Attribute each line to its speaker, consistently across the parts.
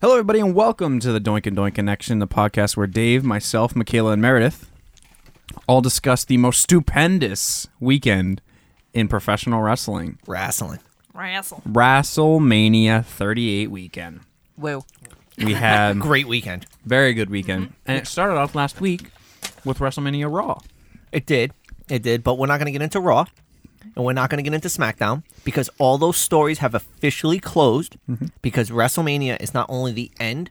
Speaker 1: Hello, everybody, and welcome to the Doink and Doink Connection, the podcast where Dave, myself, Michaela, and Meredith all discuss the most stupendous weekend in professional wrestling
Speaker 2: Wrestling.
Speaker 3: Wrestle.
Speaker 1: WrestleMania 38 weekend.
Speaker 3: Woo.
Speaker 1: We had
Speaker 2: Great weekend.
Speaker 1: very good weekend, and it started off last week with WrestleMania Raw.
Speaker 2: It did. It did. But we're not going to get into Raw and we're not going to get into SmackDown because all those stories have officially closed
Speaker 1: Mm-hmm.
Speaker 2: because WrestleMania is not only the end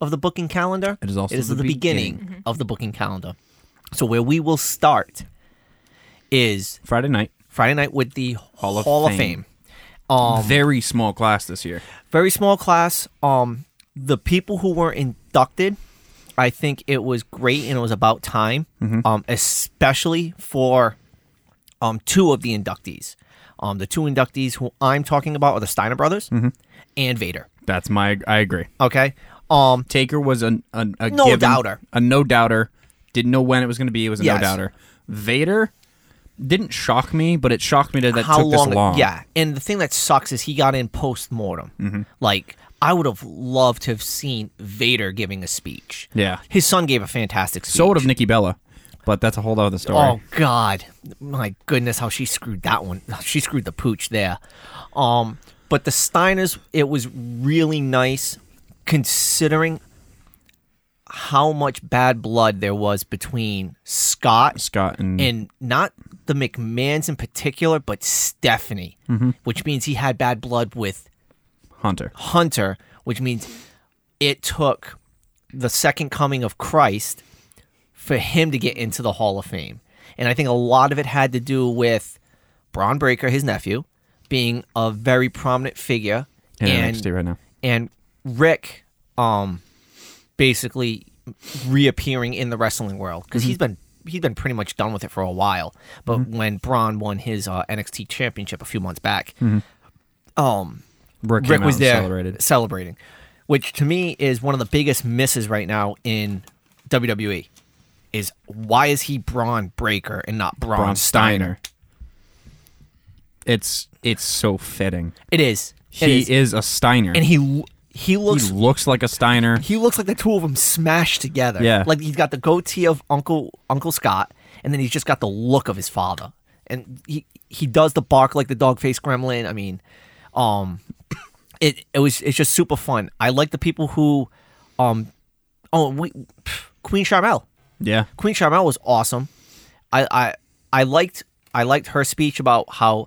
Speaker 2: of the booking calendar,
Speaker 1: It is also the
Speaker 2: the, beginning, of the booking calendar. So where we will start is
Speaker 1: Friday night,
Speaker 2: Friday night with the Hall
Speaker 1: of Fame.
Speaker 2: Fame. Um,
Speaker 1: very small class this year.
Speaker 2: very small class. Um, the people who were inducted, I think it was great and it was about time.
Speaker 1: Mm-hmm.
Speaker 2: Um, especially for um two of the inductees. Um, the two inductees who I'm talking about are the Steiner brothers
Speaker 1: Mm-hmm.
Speaker 2: and Vader.
Speaker 1: That's my. I agree.
Speaker 2: Okay. Um,
Speaker 1: Taker was a, a, a
Speaker 2: No
Speaker 1: given-
Speaker 2: doubter.
Speaker 1: a no doubter. Didn't know when it was going to be. It was a no
Speaker 2: Yes.
Speaker 1: doubter. Vader didn't shock me, but it shocked me that that
Speaker 2: how
Speaker 1: took
Speaker 2: long,
Speaker 1: this long.
Speaker 2: Yeah, and the thing that sucks is he got in post mortem.
Speaker 1: Mm-hmm.
Speaker 2: Like I would have loved to have seen Vader giving a speech.
Speaker 1: Yeah.
Speaker 2: his son gave a fantastic speech.
Speaker 1: So would have Nikki Bella, but that's a whole other story.
Speaker 2: Oh God, my goodness, how she screwed that one. She screwed the pooch there. Um, but the Steiners, it was really nice considering how much bad blood there was between Scott
Speaker 1: Scott and,
Speaker 2: and not the McMahons in particular, but Stephanie, which means he had bad blood with
Speaker 1: Hunter.
Speaker 2: Hunter, which means it took the second coming of Christ for him to get into the Hall of Fame. And I think a lot of it had to do with Braun Breaker, his nephew, being a very prominent figure.
Speaker 1: In
Speaker 2: and,
Speaker 1: NXT right now.
Speaker 2: And Rick um basically reappearing in the wrestling world because he's been he's been pretty much done with it for a while. But when Braun won his uh, NXT championship a few months back, um
Speaker 1: Rick,
Speaker 2: Rick
Speaker 1: came out
Speaker 2: was
Speaker 1: and
Speaker 2: there
Speaker 1: Celebrated.
Speaker 2: celebrating, which to me is one of the biggest misses right now in WWE. Is why is he Braun Breaker and not Braun,
Speaker 1: Braun
Speaker 2: Steiner?
Speaker 1: Steiner. It's it's so fitting.
Speaker 2: It is. It
Speaker 1: He
Speaker 2: is.
Speaker 1: is. a Steiner.
Speaker 2: and he he looks
Speaker 1: he looks like a Steiner.
Speaker 2: he looks like the two of them smashed together.
Speaker 1: Yeah.
Speaker 2: like he's got the goatee of Uncle Uncle Scott, and then he's just got the look of his father, and he he does the bark like the dog face gremlin. I mean, um, it it was it's just super fun. I like the people who, um, oh we, pff, Queen Charmel,
Speaker 1: Yeah.
Speaker 2: Queen Charmel was awesome. I I I liked I liked her speech about how,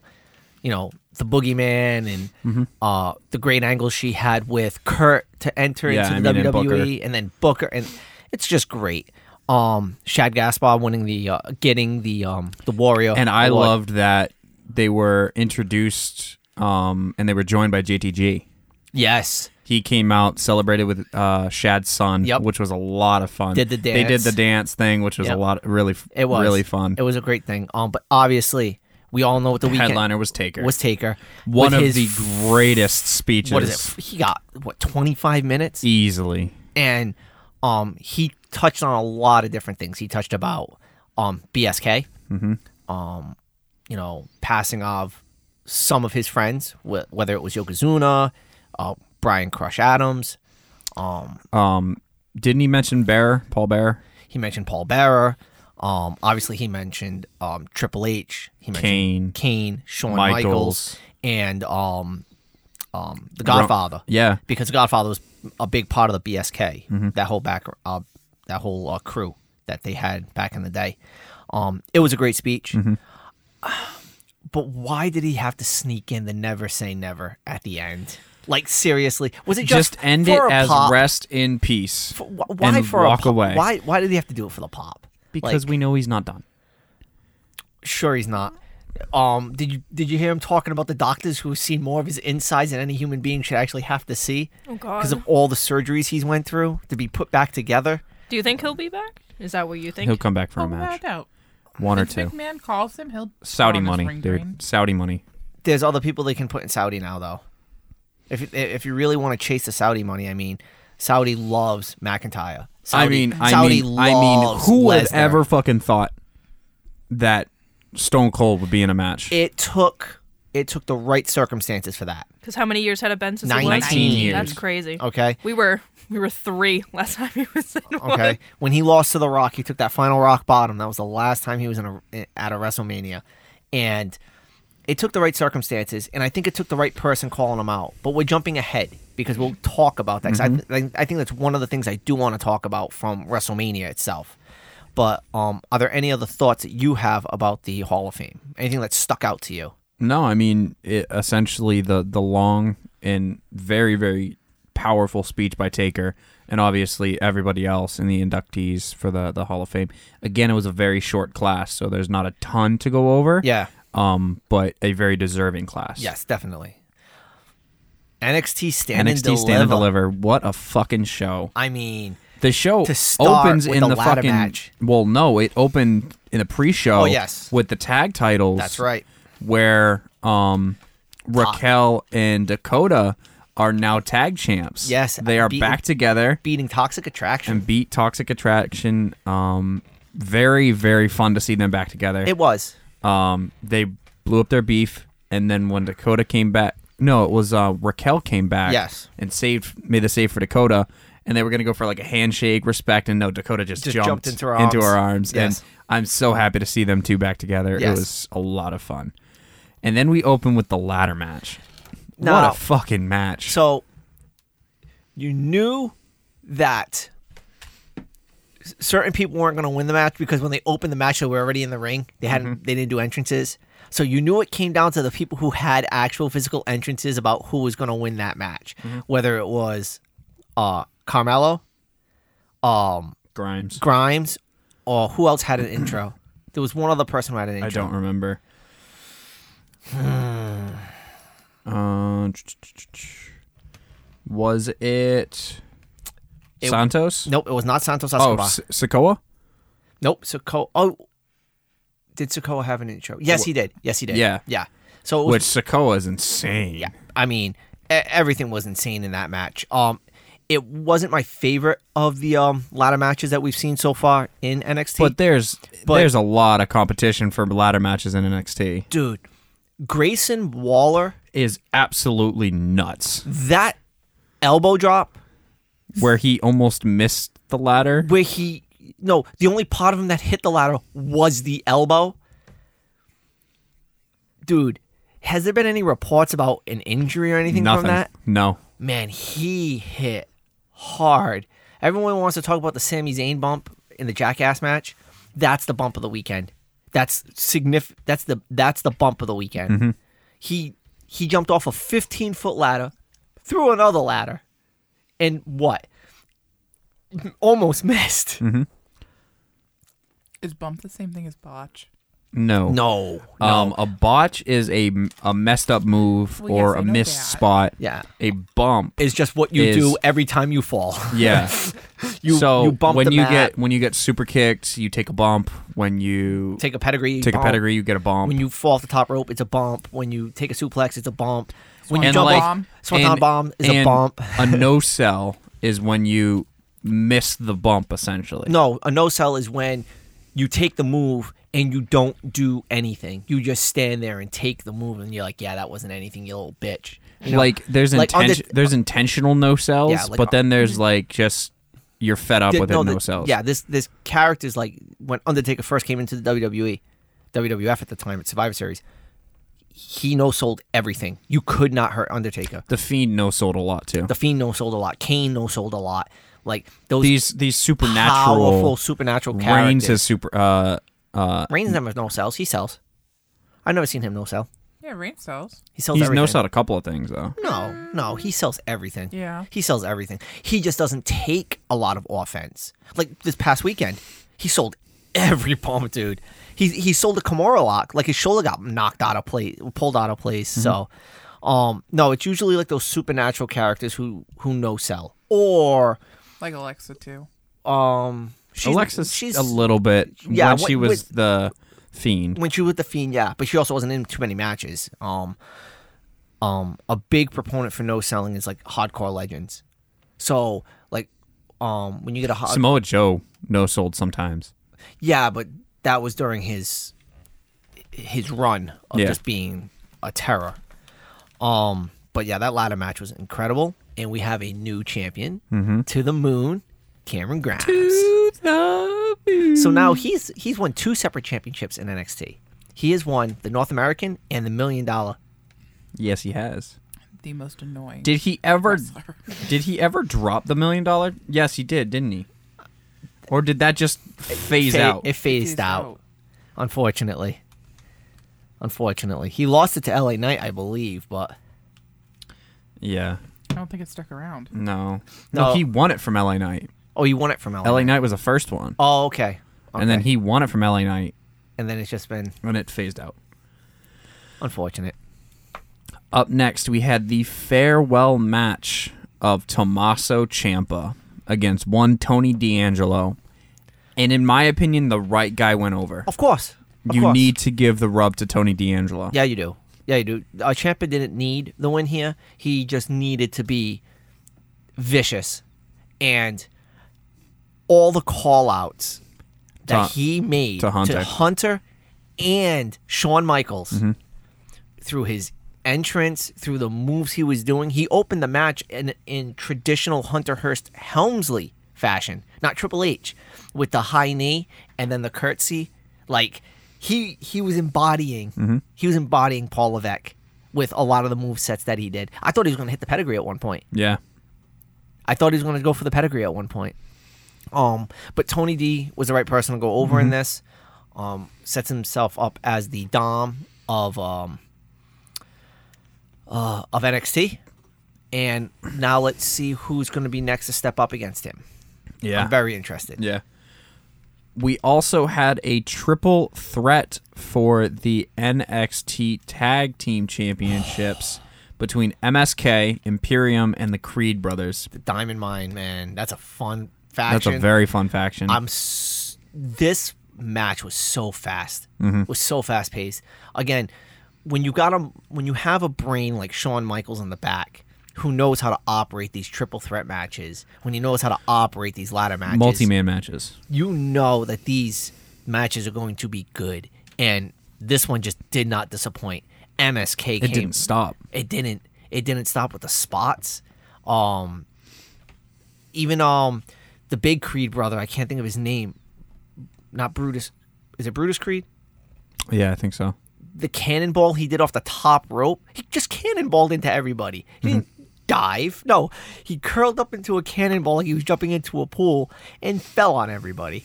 Speaker 2: you know, the boogeyman and
Speaker 1: Mm-hmm.
Speaker 2: uh, the great angle she had with Kurt to enter
Speaker 1: Yeah, I
Speaker 2: into the
Speaker 1: mean, and
Speaker 2: WWE and then Booker and it's just great. Um, Shad Gaspar winning the uh, getting the um the Warrior
Speaker 1: And I
Speaker 2: award.
Speaker 1: loved that they were introduced um, and they were joined by JTG.
Speaker 2: yes
Speaker 1: He came out, celebrated with uh, Shad's son,
Speaker 2: Yep.
Speaker 1: which was a lot of fun.
Speaker 2: Did the
Speaker 1: They did
Speaker 2: dance.
Speaker 1: the dance thing, which was
Speaker 2: Yep.
Speaker 1: a lot really f-
Speaker 2: it was
Speaker 1: really fun.
Speaker 2: it was a great thing um but obviously we all know what the, weekend
Speaker 1: Headliner was Taker.
Speaker 2: was Taker
Speaker 1: one
Speaker 2: With
Speaker 1: of
Speaker 2: his
Speaker 1: the
Speaker 2: f-
Speaker 1: greatest speeches
Speaker 2: what is it he got what twenty five minutes
Speaker 1: easily.
Speaker 2: and um, he touched on a lot of different things. He touched about um, BSK,
Speaker 1: Mm-hmm.
Speaker 2: um, you know, passing of some of his friends, wh- whether it was Yokozuna, uh, Brian Crush Adams.
Speaker 1: Um, didn't he mention Bear, Paul Bear,
Speaker 2: He mentioned Paul Bearer. Um, obviously, he mentioned um, Triple H. He mentioned
Speaker 1: Kane,
Speaker 2: Kane, Shawn
Speaker 1: Michaels.
Speaker 2: Michaels, and um, um, The Godfather.
Speaker 1: Yeah,
Speaker 2: because Godfather was a big part of the BSK,
Speaker 1: Mm-hmm.
Speaker 2: that whole back, uh, that whole uh, crew that they had back in the day. Um, it was a great speech,
Speaker 1: Mm-hmm.
Speaker 2: but why did he have to sneak in the "Never Say Never" at the end? Like seriously, was it
Speaker 1: just,
Speaker 2: just,
Speaker 1: end it
Speaker 2: for a
Speaker 1: as
Speaker 2: pop?
Speaker 1: rest in peace.
Speaker 2: Wh- Why
Speaker 1: and
Speaker 2: for
Speaker 1: walk
Speaker 2: a pop?
Speaker 1: away?
Speaker 2: Why? Why did he have to do it for the pop?
Speaker 1: Because
Speaker 2: Like,
Speaker 1: we know he's not done.
Speaker 2: sure he's not. Um, did you did you hear him talking about the doctors who see more of his insides than any human being should actually have to see?
Speaker 3: Oh, God.
Speaker 2: Because of all the surgeries he's went through to be put back together.
Speaker 3: Do you think he'll be back? Is that what you think?
Speaker 1: He'll come back for a
Speaker 4: I'll
Speaker 1: match,
Speaker 4: back out.
Speaker 1: one or
Speaker 4: If
Speaker 1: two.
Speaker 4: McMahon calls him, he'll
Speaker 1: Saudi
Speaker 4: throw him his
Speaker 1: money,
Speaker 4: ring
Speaker 1: dude.
Speaker 4: drain.
Speaker 1: Saudi money.
Speaker 2: there's other people they can put in Saudi now, though. If if you really want to chase the Saudi money, I mean, Saudi loves McIntyre. Saudi,
Speaker 1: I mean, I
Speaker 2: Saudi
Speaker 1: mean, I mean,
Speaker 2: loves
Speaker 1: who would have
Speaker 2: Lesnar.
Speaker 1: ever fucking thought that Stone Cold would be in a match?
Speaker 2: It took it took the right circumstances for that.
Speaker 3: Because how many years had it been since it was?
Speaker 2: 19
Speaker 1: years.
Speaker 3: That's crazy.
Speaker 2: Okay.
Speaker 3: We were we were three last time he was in one.
Speaker 2: Okay. When he lost to The Rock, he took that final rock bottom. That was the last time he was in a, at a WrestleMania. And it took the right circumstances, and I think it took the right person calling him out. But we're jumping ahead because we'll talk about that. 'Cause
Speaker 1: Mm-hmm.
Speaker 2: I, I, I think that's one of the things I do want to talk about from WrestleMania itself. But um, are there any other thoughts that you have about the Hall of Fame? Anything that stuck out to you?
Speaker 1: No, I mean it, essentially the the long and very very powerful speech by Taker, and obviously everybody else in the inductees for the the Hall of Fame. Again, it was a very short class, so there's not a ton to go over.
Speaker 2: Yeah.
Speaker 1: Um, but a very deserving class.
Speaker 2: Yes, definitely. NXT Stand and
Speaker 1: NXT
Speaker 2: Deliver.
Speaker 1: Stand and Deliver. What a fucking show!
Speaker 2: I mean,
Speaker 1: The show
Speaker 2: To start
Speaker 1: opens
Speaker 2: with
Speaker 1: in
Speaker 2: a
Speaker 1: the
Speaker 2: ladder
Speaker 1: fucking.
Speaker 2: match.
Speaker 1: Well, no, it opened in the pre-show.
Speaker 2: Oh, yes.
Speaker 1: with the tag titles.
Speaker 2: That's right.
Speaker 1: Where um, Raquel and Dakota are now tag champs.
Speaker 2: Yes,
Speaker 1: they are
Speaker 2: beaten-
Speaker 1: back together
Speaker 2: beating Toxic Attraction.
Speaker 1: and beat Toxic Attraction. Um, very very fun to see them back together.
Speaker 2: It was.
Speaker 1: um, they blew up their beef, and then when Dakota came back, no, it was uh, Raquel came back.
Speaker 2: Yes.
Speaker 1: and saved made the save for Dakota, and they were gonna go for like a handshake, respect, and no, Dakota just,
Speaker 2: Just jumped into her arms.
Speaker 1: arms,
Speaker 2: Yes.
Speaker 1: and I'm so happy to see them two back together.
Speaker 2: Yes.
Speaker 1: It was a lot of fun, and then we open with the ladder match.
Speaker 2: Now-
Speaker 1: what a fucking match!
Speaker 2: So you knew that s- certain people weren't going to win the match because when they opened the match, they were already in the ring. They hadn't.
Speaker 1: Mm-hmm.
Speaker 2: They didn't do entrances. So you knew it came down to the people who had actual physical entrances about who was going to win that match,
Speaker 1: Mm-hmm.
Speaker 2: whether it was uh, Carmelo, um,
Speaker 1: Grimes,
Speaker 2: Grimes, or who else had an intro. There was one other person who had an
Speaker 1: I
Speaker 2: intro.
Speaker 1: don't remember. uh, was it,
Speaker 2: It-
Speaker 1: Santos?
Speaker 2: Nope, it was not Santos
Speaker 1: Oh,
Speaker 2: Escobar.
Speaker 1: S- Sokoa?
Speaker 2: Nope. Sokoa. Oh, did Sokoa have an intro? Yes, he did. Yes, he did.
Speaker 1: Yeah.
Speaker 2: Yeah. So it was,
Speaker 1: Which Sokoa is insane.
Speaker 2: yeah, I mean, e- everything was insane in that match. Um, it wasn't my favorite of the um ladder matches that we've seen so far in NXT.
Speaker 1: But there's
Speaker 2: But-
Speaker 1: there's a lot of competition for ladder matches in NXT.
Speaker 2: dude, Grayson Waller,
Speaker 1: Is absolutely nuts.
Speaker 2: that elbow drop
Speaker 1: Where he almost missed the ladder.
Speaker 2: where he no, the only part of him that hit the ladder was the elbow. Dude, has there been any reports about an injury or anything
Speaker 1: Nothing.
Speaker 2: from that?
Speaker 1: No.
Speaker 2: man, he hit hard. Everyone wants to talk about the Sami Zayn bump in the Jackass match. That's the bump of the weekend. That's signif- That's the that's the bump of the weekend.
Speaker 1: Mm-hmm.
Speaker 2: He he jumped off a 15 foot ladder, through another ladder, and what? Almost missed.
Speaker 1: Mm-hmm.
Speaker 4: Is bump the same thing as botch?
Speaker 1: No.
Speaker 2: No, no.
Speaker 1: Um, a botch is a, a messed up move
Speaker 4: Well,
Speaker 1: or
Speaker 4: yes, I
Speaker 1: a
Speaker 4: know
Speaker 1: missed
Speaker 4: that.
Speaker 1: spot.
Speaker 2: Yeah.
Speaker 1: A bump.
Speaker 2: It's just what you
Speaker 1: is-
Speaker 2: do every time you fall.
Speaker 1: Yeah.
Speaker 2: You
Speaker 1: so
Speaker 2: you bump
Speaker 1: when
Speaker 2: the
Speaker 1: you
Speaker 2: mat,
Speaker 1: get when you get super kicked, you take a bump. When you take,
Speaker 2: take a pedigree, you
Speaker 1: a
Speaker 2: bump.
Speaker 1: pedigree, you get a bump.
Speaker 2: When you fall off the top rope, it's a bump. When you take a suplex, it's a bump. When you
Speaker 1: And
Speaker 2: jump
Speaker 1: like-
Speaker 2: off,
Speaker 4: bomb.
Speaker 2: swanton
Speaker 1: and-
Speaker 2: bomb is a
Speaker 1: and
Speaker 2: bump.
Speaker 1: a no sell is when you miss the bump essentially.
Speaker 2: No, a no sell is when you take the move and you don't do anything. You just stand there and take the move, and you're like, "Yeah, that wasn't anything, you little bitch." You know?
Speaker 1: like there's
Speaker 2: like, on the-
Speaker 1: inten- there's intentional no sells,
Speaker 2: Yeah, like,
Speaker 1: but then there's like just you're fed up
Speaker 2: Th-
Speaker 1: with it,
Speaker 2: the-
Speaker 1: no sells.
Speaker 2: Yeah, this this character's like when Undertaker first came into the E, WWE, WWF at the time at Survivor Series. He no sold everything. You could not hurt Undertaker.
Speaker 1: the fiend no sold a lot too.
Speaker 2: The Fiend no sold a lot. Kane no sold a lot. Like those
Speaker 1: these these
Speaker 2: powerful
Speaker 1: supernatural
Speaker 2: supernatural
Speaker 1: reigns
Speaker 2: characters.
Speaker 1: his super. Uh,
Speaker 2: Reigns never no sells. He sells. I've never seen him no sell.
Speaker 4: Yeah, rain cells.
Speaker 2: He sells.
Speaker 1: he's
Speaker 2: everything.
Speaker 1: no sold a couple of things though.
Speaker 2: No, no, he sells everything.
Speaker 4: Yeah.
Speaker 2: he sells everything. He just doesn't take a lot of offense. Like this past weekend, he sold every bomb, dude. He he sold a Kimura lock. Like his shoulder got knocked out of place, pulled out of place.
Speaker 1: Mm-hmm.
Speaker 2: So, um, no, it's usually like those supernatural characters who who no sell or
Speaker 4: Like Alexa too.
Speaker 2: um. She's,
Speaker 1: Alexis
Speaker 2: she's
Speaker 1: a little bit
Speaker 2: Yeah,
Speaker 1: when
Speaker 2: what-
Speaker 1: she was
Speaker 2: with-
Speaker 1: the fiend.
Speaker 2: when she was with the Fiend, yeah, but she also wasn't in too many matches. Um, um, a big proponent for no selling is like hardcore legends. So like, um, when you get a hard,
Speaker 1: Samoa Joe no sold sometimes.
Speaker 2: yeah, but that was during his his run of
Speaker 1: Yeah.
Speaker 2: just being a a terror. Um, but yeah, that ladder match was incredible, and we have a new champion
Speaker 1: Mm-hmm.
Speaker 2: to the moon, Cameron Grimes. So now he's he's won two separate championships in NXT. He has won the North American and the Million Dollar.
Speaker 1: Yes, he has.
Speaker 4: The most annoying.
Speaker 1: Did he ever?
Speaker 4: wrestler.
Speaker 1: Did he ever drop the million dollar? Yes, he did, didn't he? Or did that just phase
Speaker 2: Fa-
Speaker 1: out?
Speaker 2: It phased
Speaker 4: He's
Speaker 2: out, unfortunately. Unfortunately, he lost it to LA Knight, I believe, but
Speaker 1: yeah.
Speaker 4: I don't think it stuck around.
Speaker 1: No.
Speaker 2: No.
Speaker 1: No, he won it from LA Knight.
Speaker 2: oh, he won it from LA.
Speaker 1: LA Knight was the first one.
Speaker 2: Oh, okay.
Speaker 1: And then
Speaker 2: Okay.
Speaker 1: he won it from LA Knight
Speaker 2: and then it's just been
Speaker 1: and it phased out.
Speaker 2: unfortunate.
Speaker 1: Up next, we had the farewell match of Tommaso Ciampa against one Tony D'Angelo. And in my opinion, the right guy went over.
Speaker 2: Of course, of
Speaker 1: you
Speaker 2: course.
Speaker 1: need to give the rub to Tony D'Angelo.
Speaker 2: Yeah, you do. Yeah, you do. Uh, Ciampa didn't need the win here. He just needed to be vicious, and all the call outs that
Speaker 1: To-
Speaker 2: he made
Speaker 1: to Hunter. Mm-hmm.
Speaker 2: Hunter and Shawn Michaels through his entrance, through the moves he was doing. He opened the match in in traditional Hunter Hearst Helmsley fashion, not Triple H, with the high knee and then the curtsy. Like he he was embodying
Speaker 1: Mm-hmm.
Speaker 2: he was embodying Paul Levesque with a lot of the move sets that he did. I thought he was going to hit the pedigree at one point.
Speaker 1: Yeah.
Speaker 2: I thought he was going to go for the pedigree at one point. Um, but Tony D was the right person to go over
Speaker 1: Mm-hmm.
Speaker 2: in this. Um, sets himself up as the dom of um, uh, of NXT, and now let's see who's going to be next to step up against him.
Speaker 1: Yeah.
Speaker 2: I'm very interested.
Speaker 1: Yeah. We also had a triple threat for the NXT Tag Team Championships between MSK, Imperium, and the Creed Brothers.
Speaker 2: The Diamond Mine, man, that's a fun faction.
Speaker 1: That's a very fun faction.
Speaker 2: I'm s- this match was so fast.
Speaker 1: Mm-hmm.
Speaker 2: Was so fast paced. Again, when you got a when you have a brain like Shawn Michaels in the back who knows how to operate these triple threat matches, when he knows how to operate these ladder matches,
Speaker 1: Multi man matches.
Speaker 2: you know that these matches are going to be good and this one just did not disappoint. MSK
Speaker 1: It
Speaker 2: came
Speaker 1: didn't stop.
Speaker 2: it didn't it didn't stop with the spots um even um the big creed brother i can't think of his name not brutus is it brutus creed
Speaker 1: Yeah, I think so.
Speaker 2: the cannonball he did off the top rope he just cannonballed into everybody he didn't dive no he curled up into a cannonball like he was jumping into a pool and fell on everybody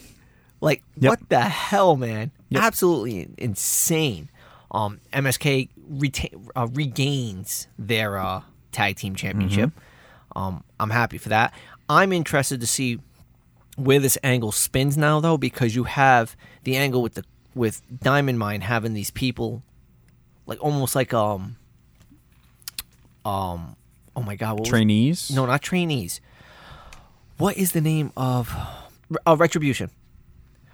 Speaker 2: like
Speaker 1: Yep.
Speaker 2: what the hell man absolutely in- insane um msk reta- uh, regains their uh tag team championship um i'm happy for that i'm interested to see where this angle spins now though because you have the angle with the with diamond mine having these people like almost like um um oh my god what was-
Speaker 1: Trainees?
Speaker 2: no not trainees what is the name of uh, retribution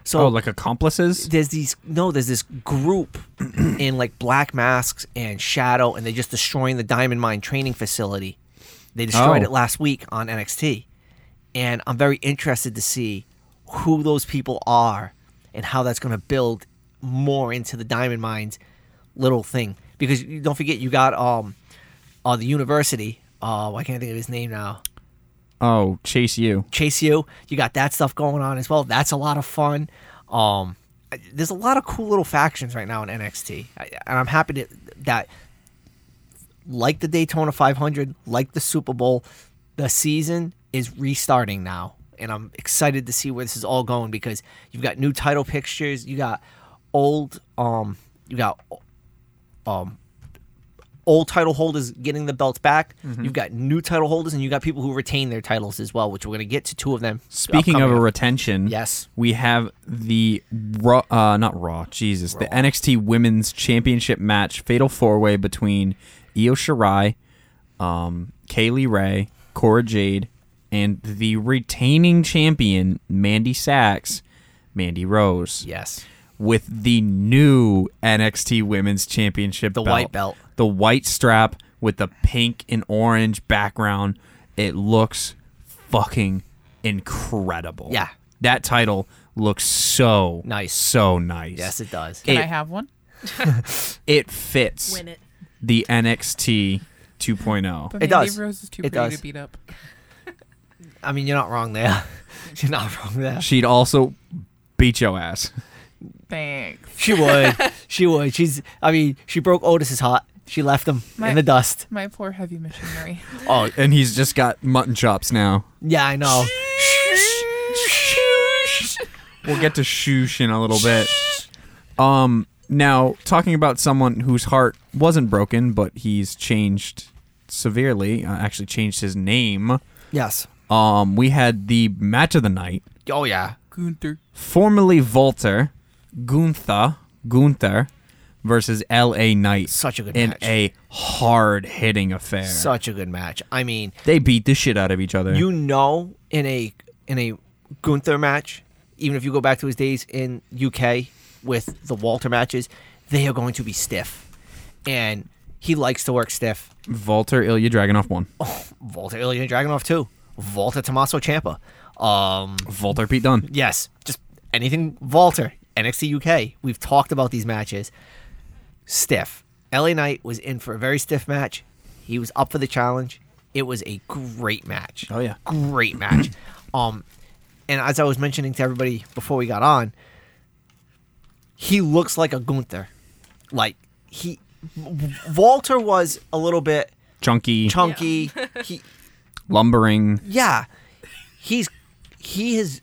Speaker 2: so
Speaker 1: Oh, like accomplices?
Speaker 2: there's these no there's this group in like black masks and shadow and they're just destroying the diamond mine training facility they destroyed
Speaker 1: Oh.
Speaker 2: it last week on nxt and i'm very interested to see who those people are and how that's going to build more into the diamond mines little thing because you- don't forget you got um uh the university uh why can't i think of his name now
Speaker 1: Oh, chase you.
Speaker 2: chase you. You got that stuff going on as well. That's a lot of fun. Um, I- there's a lot of cool little factions right now in NXT, I, and I'm happy to, that like the Daytona 500, like the Super Bowl, the season is restarting now, and I'm excited to see where this is all going because you've got new title pictures, you got old, um, you got um, old title holders getting the belts back.
Speaker 1: Mm-hmm.
Speaker 2: You've got new title holders, and you got people who retain their titles as well, which we're going to get to two of them.
Speaker 1: Speaking of
Speaker 2: upcoming.
Speaker 1: a retention,
Speaker 2: Yes.
Speaker 1: we have the raw, uh, not raw, Jesus, the NXT Women's Championship match, fatal four way between Io Shirai, um, Kaylee Ray, Cora Jade, and the retaining champion Mandy Sachs, Mandy Rose,
Speaker 2: yes,
Speaker 1: with the new NXT Women's Championship,
Speaker 2: The white belt.
Speaker 1: the white strap with the pink and orange background. It looks fucking incredible.
Speaker 2: Yeah.
Speaker 1: That title looks so
Speaker 2: Nice.
Speaker 1: So nice.
Speaker 2: yes, it does.
Speaker 1: It,
Speaker 4: Can I have one?
Speaker 1: it fits.
Speaker 3: Win it.
Speaker 1: the NXT 2.0.
Speaker 4: But
Speaker 2: It
Speaker 4: maybe
Speaker 2: does.
Speaker 4: Rose is too
Speaker 2: It
Speaker 4: pretty
Speaker 2: does.
Speaker 4: to beat up.
Speaker 2: I mean, you're not wrong there. you're not wrong there.
Speaker 1: She'd also beat your ass.
Speaker 4: Thanks.
Speaker 2: She would. she would. She's. I mean, she broke Otis's heart. She left him
Speaker 4: My-
Speaker 2: in the dust.
Speaker 4: My poor heavy missionary.
Speaker 1: Oh, and he's just got mutton chops now.
Speaker 2: Yeah, I know.
Speaker 1: We'll get to shoosh in a little bit. Um, now talking about someone whose heart wasn't broken, but he's changed severely. Uh, actually, changed his name.
Speaker 2: yes.
Speaker 1: Um, we had the match of the night,
Speaker 2: Oh yeah.
Speaker 4: Gunther.
Speaker 1: formerly Volter, Gunther, Gunther, versus L.A. Knight.
Speaker 2: Such a good
Speaker 1: in
Speaker 2: match.
Speaker 1: a hard hitting affair.
Speaker 2: Such a good match. I mean,
Speaker 1: they beat the shit out of each other.
Speaker 2: you know, in a in a Gunther match, even if you go back to his days in UK with the Walter matches, they are going to be stiff, and he likes to work stiff.
Speaker 1: Volter Ilya Dragunov won.
Speaker 2: Oh. Walter Ilya Dragunov too. Walter Tommaso Champa. Um,
Speaker 1: Volter Pete Dunne.
Speaker 2: Yes, just anything Walter, NXT UK. We've talked about these matches. Stiff. LA Knight was in for a very stiff match. He was up for the challenge. It was a great match.
Speaker 1: Oh, yeah.
Speaker 2: Great match. um and as I was mentioning to everybody before we got on, he looks like a Gunther. Like he W- Walter was a little bit
Speaker 1: Chunky,
Speaker 2: chunky. he
Speaker 1: lumbering.
Speaker 2: yeah, he's he has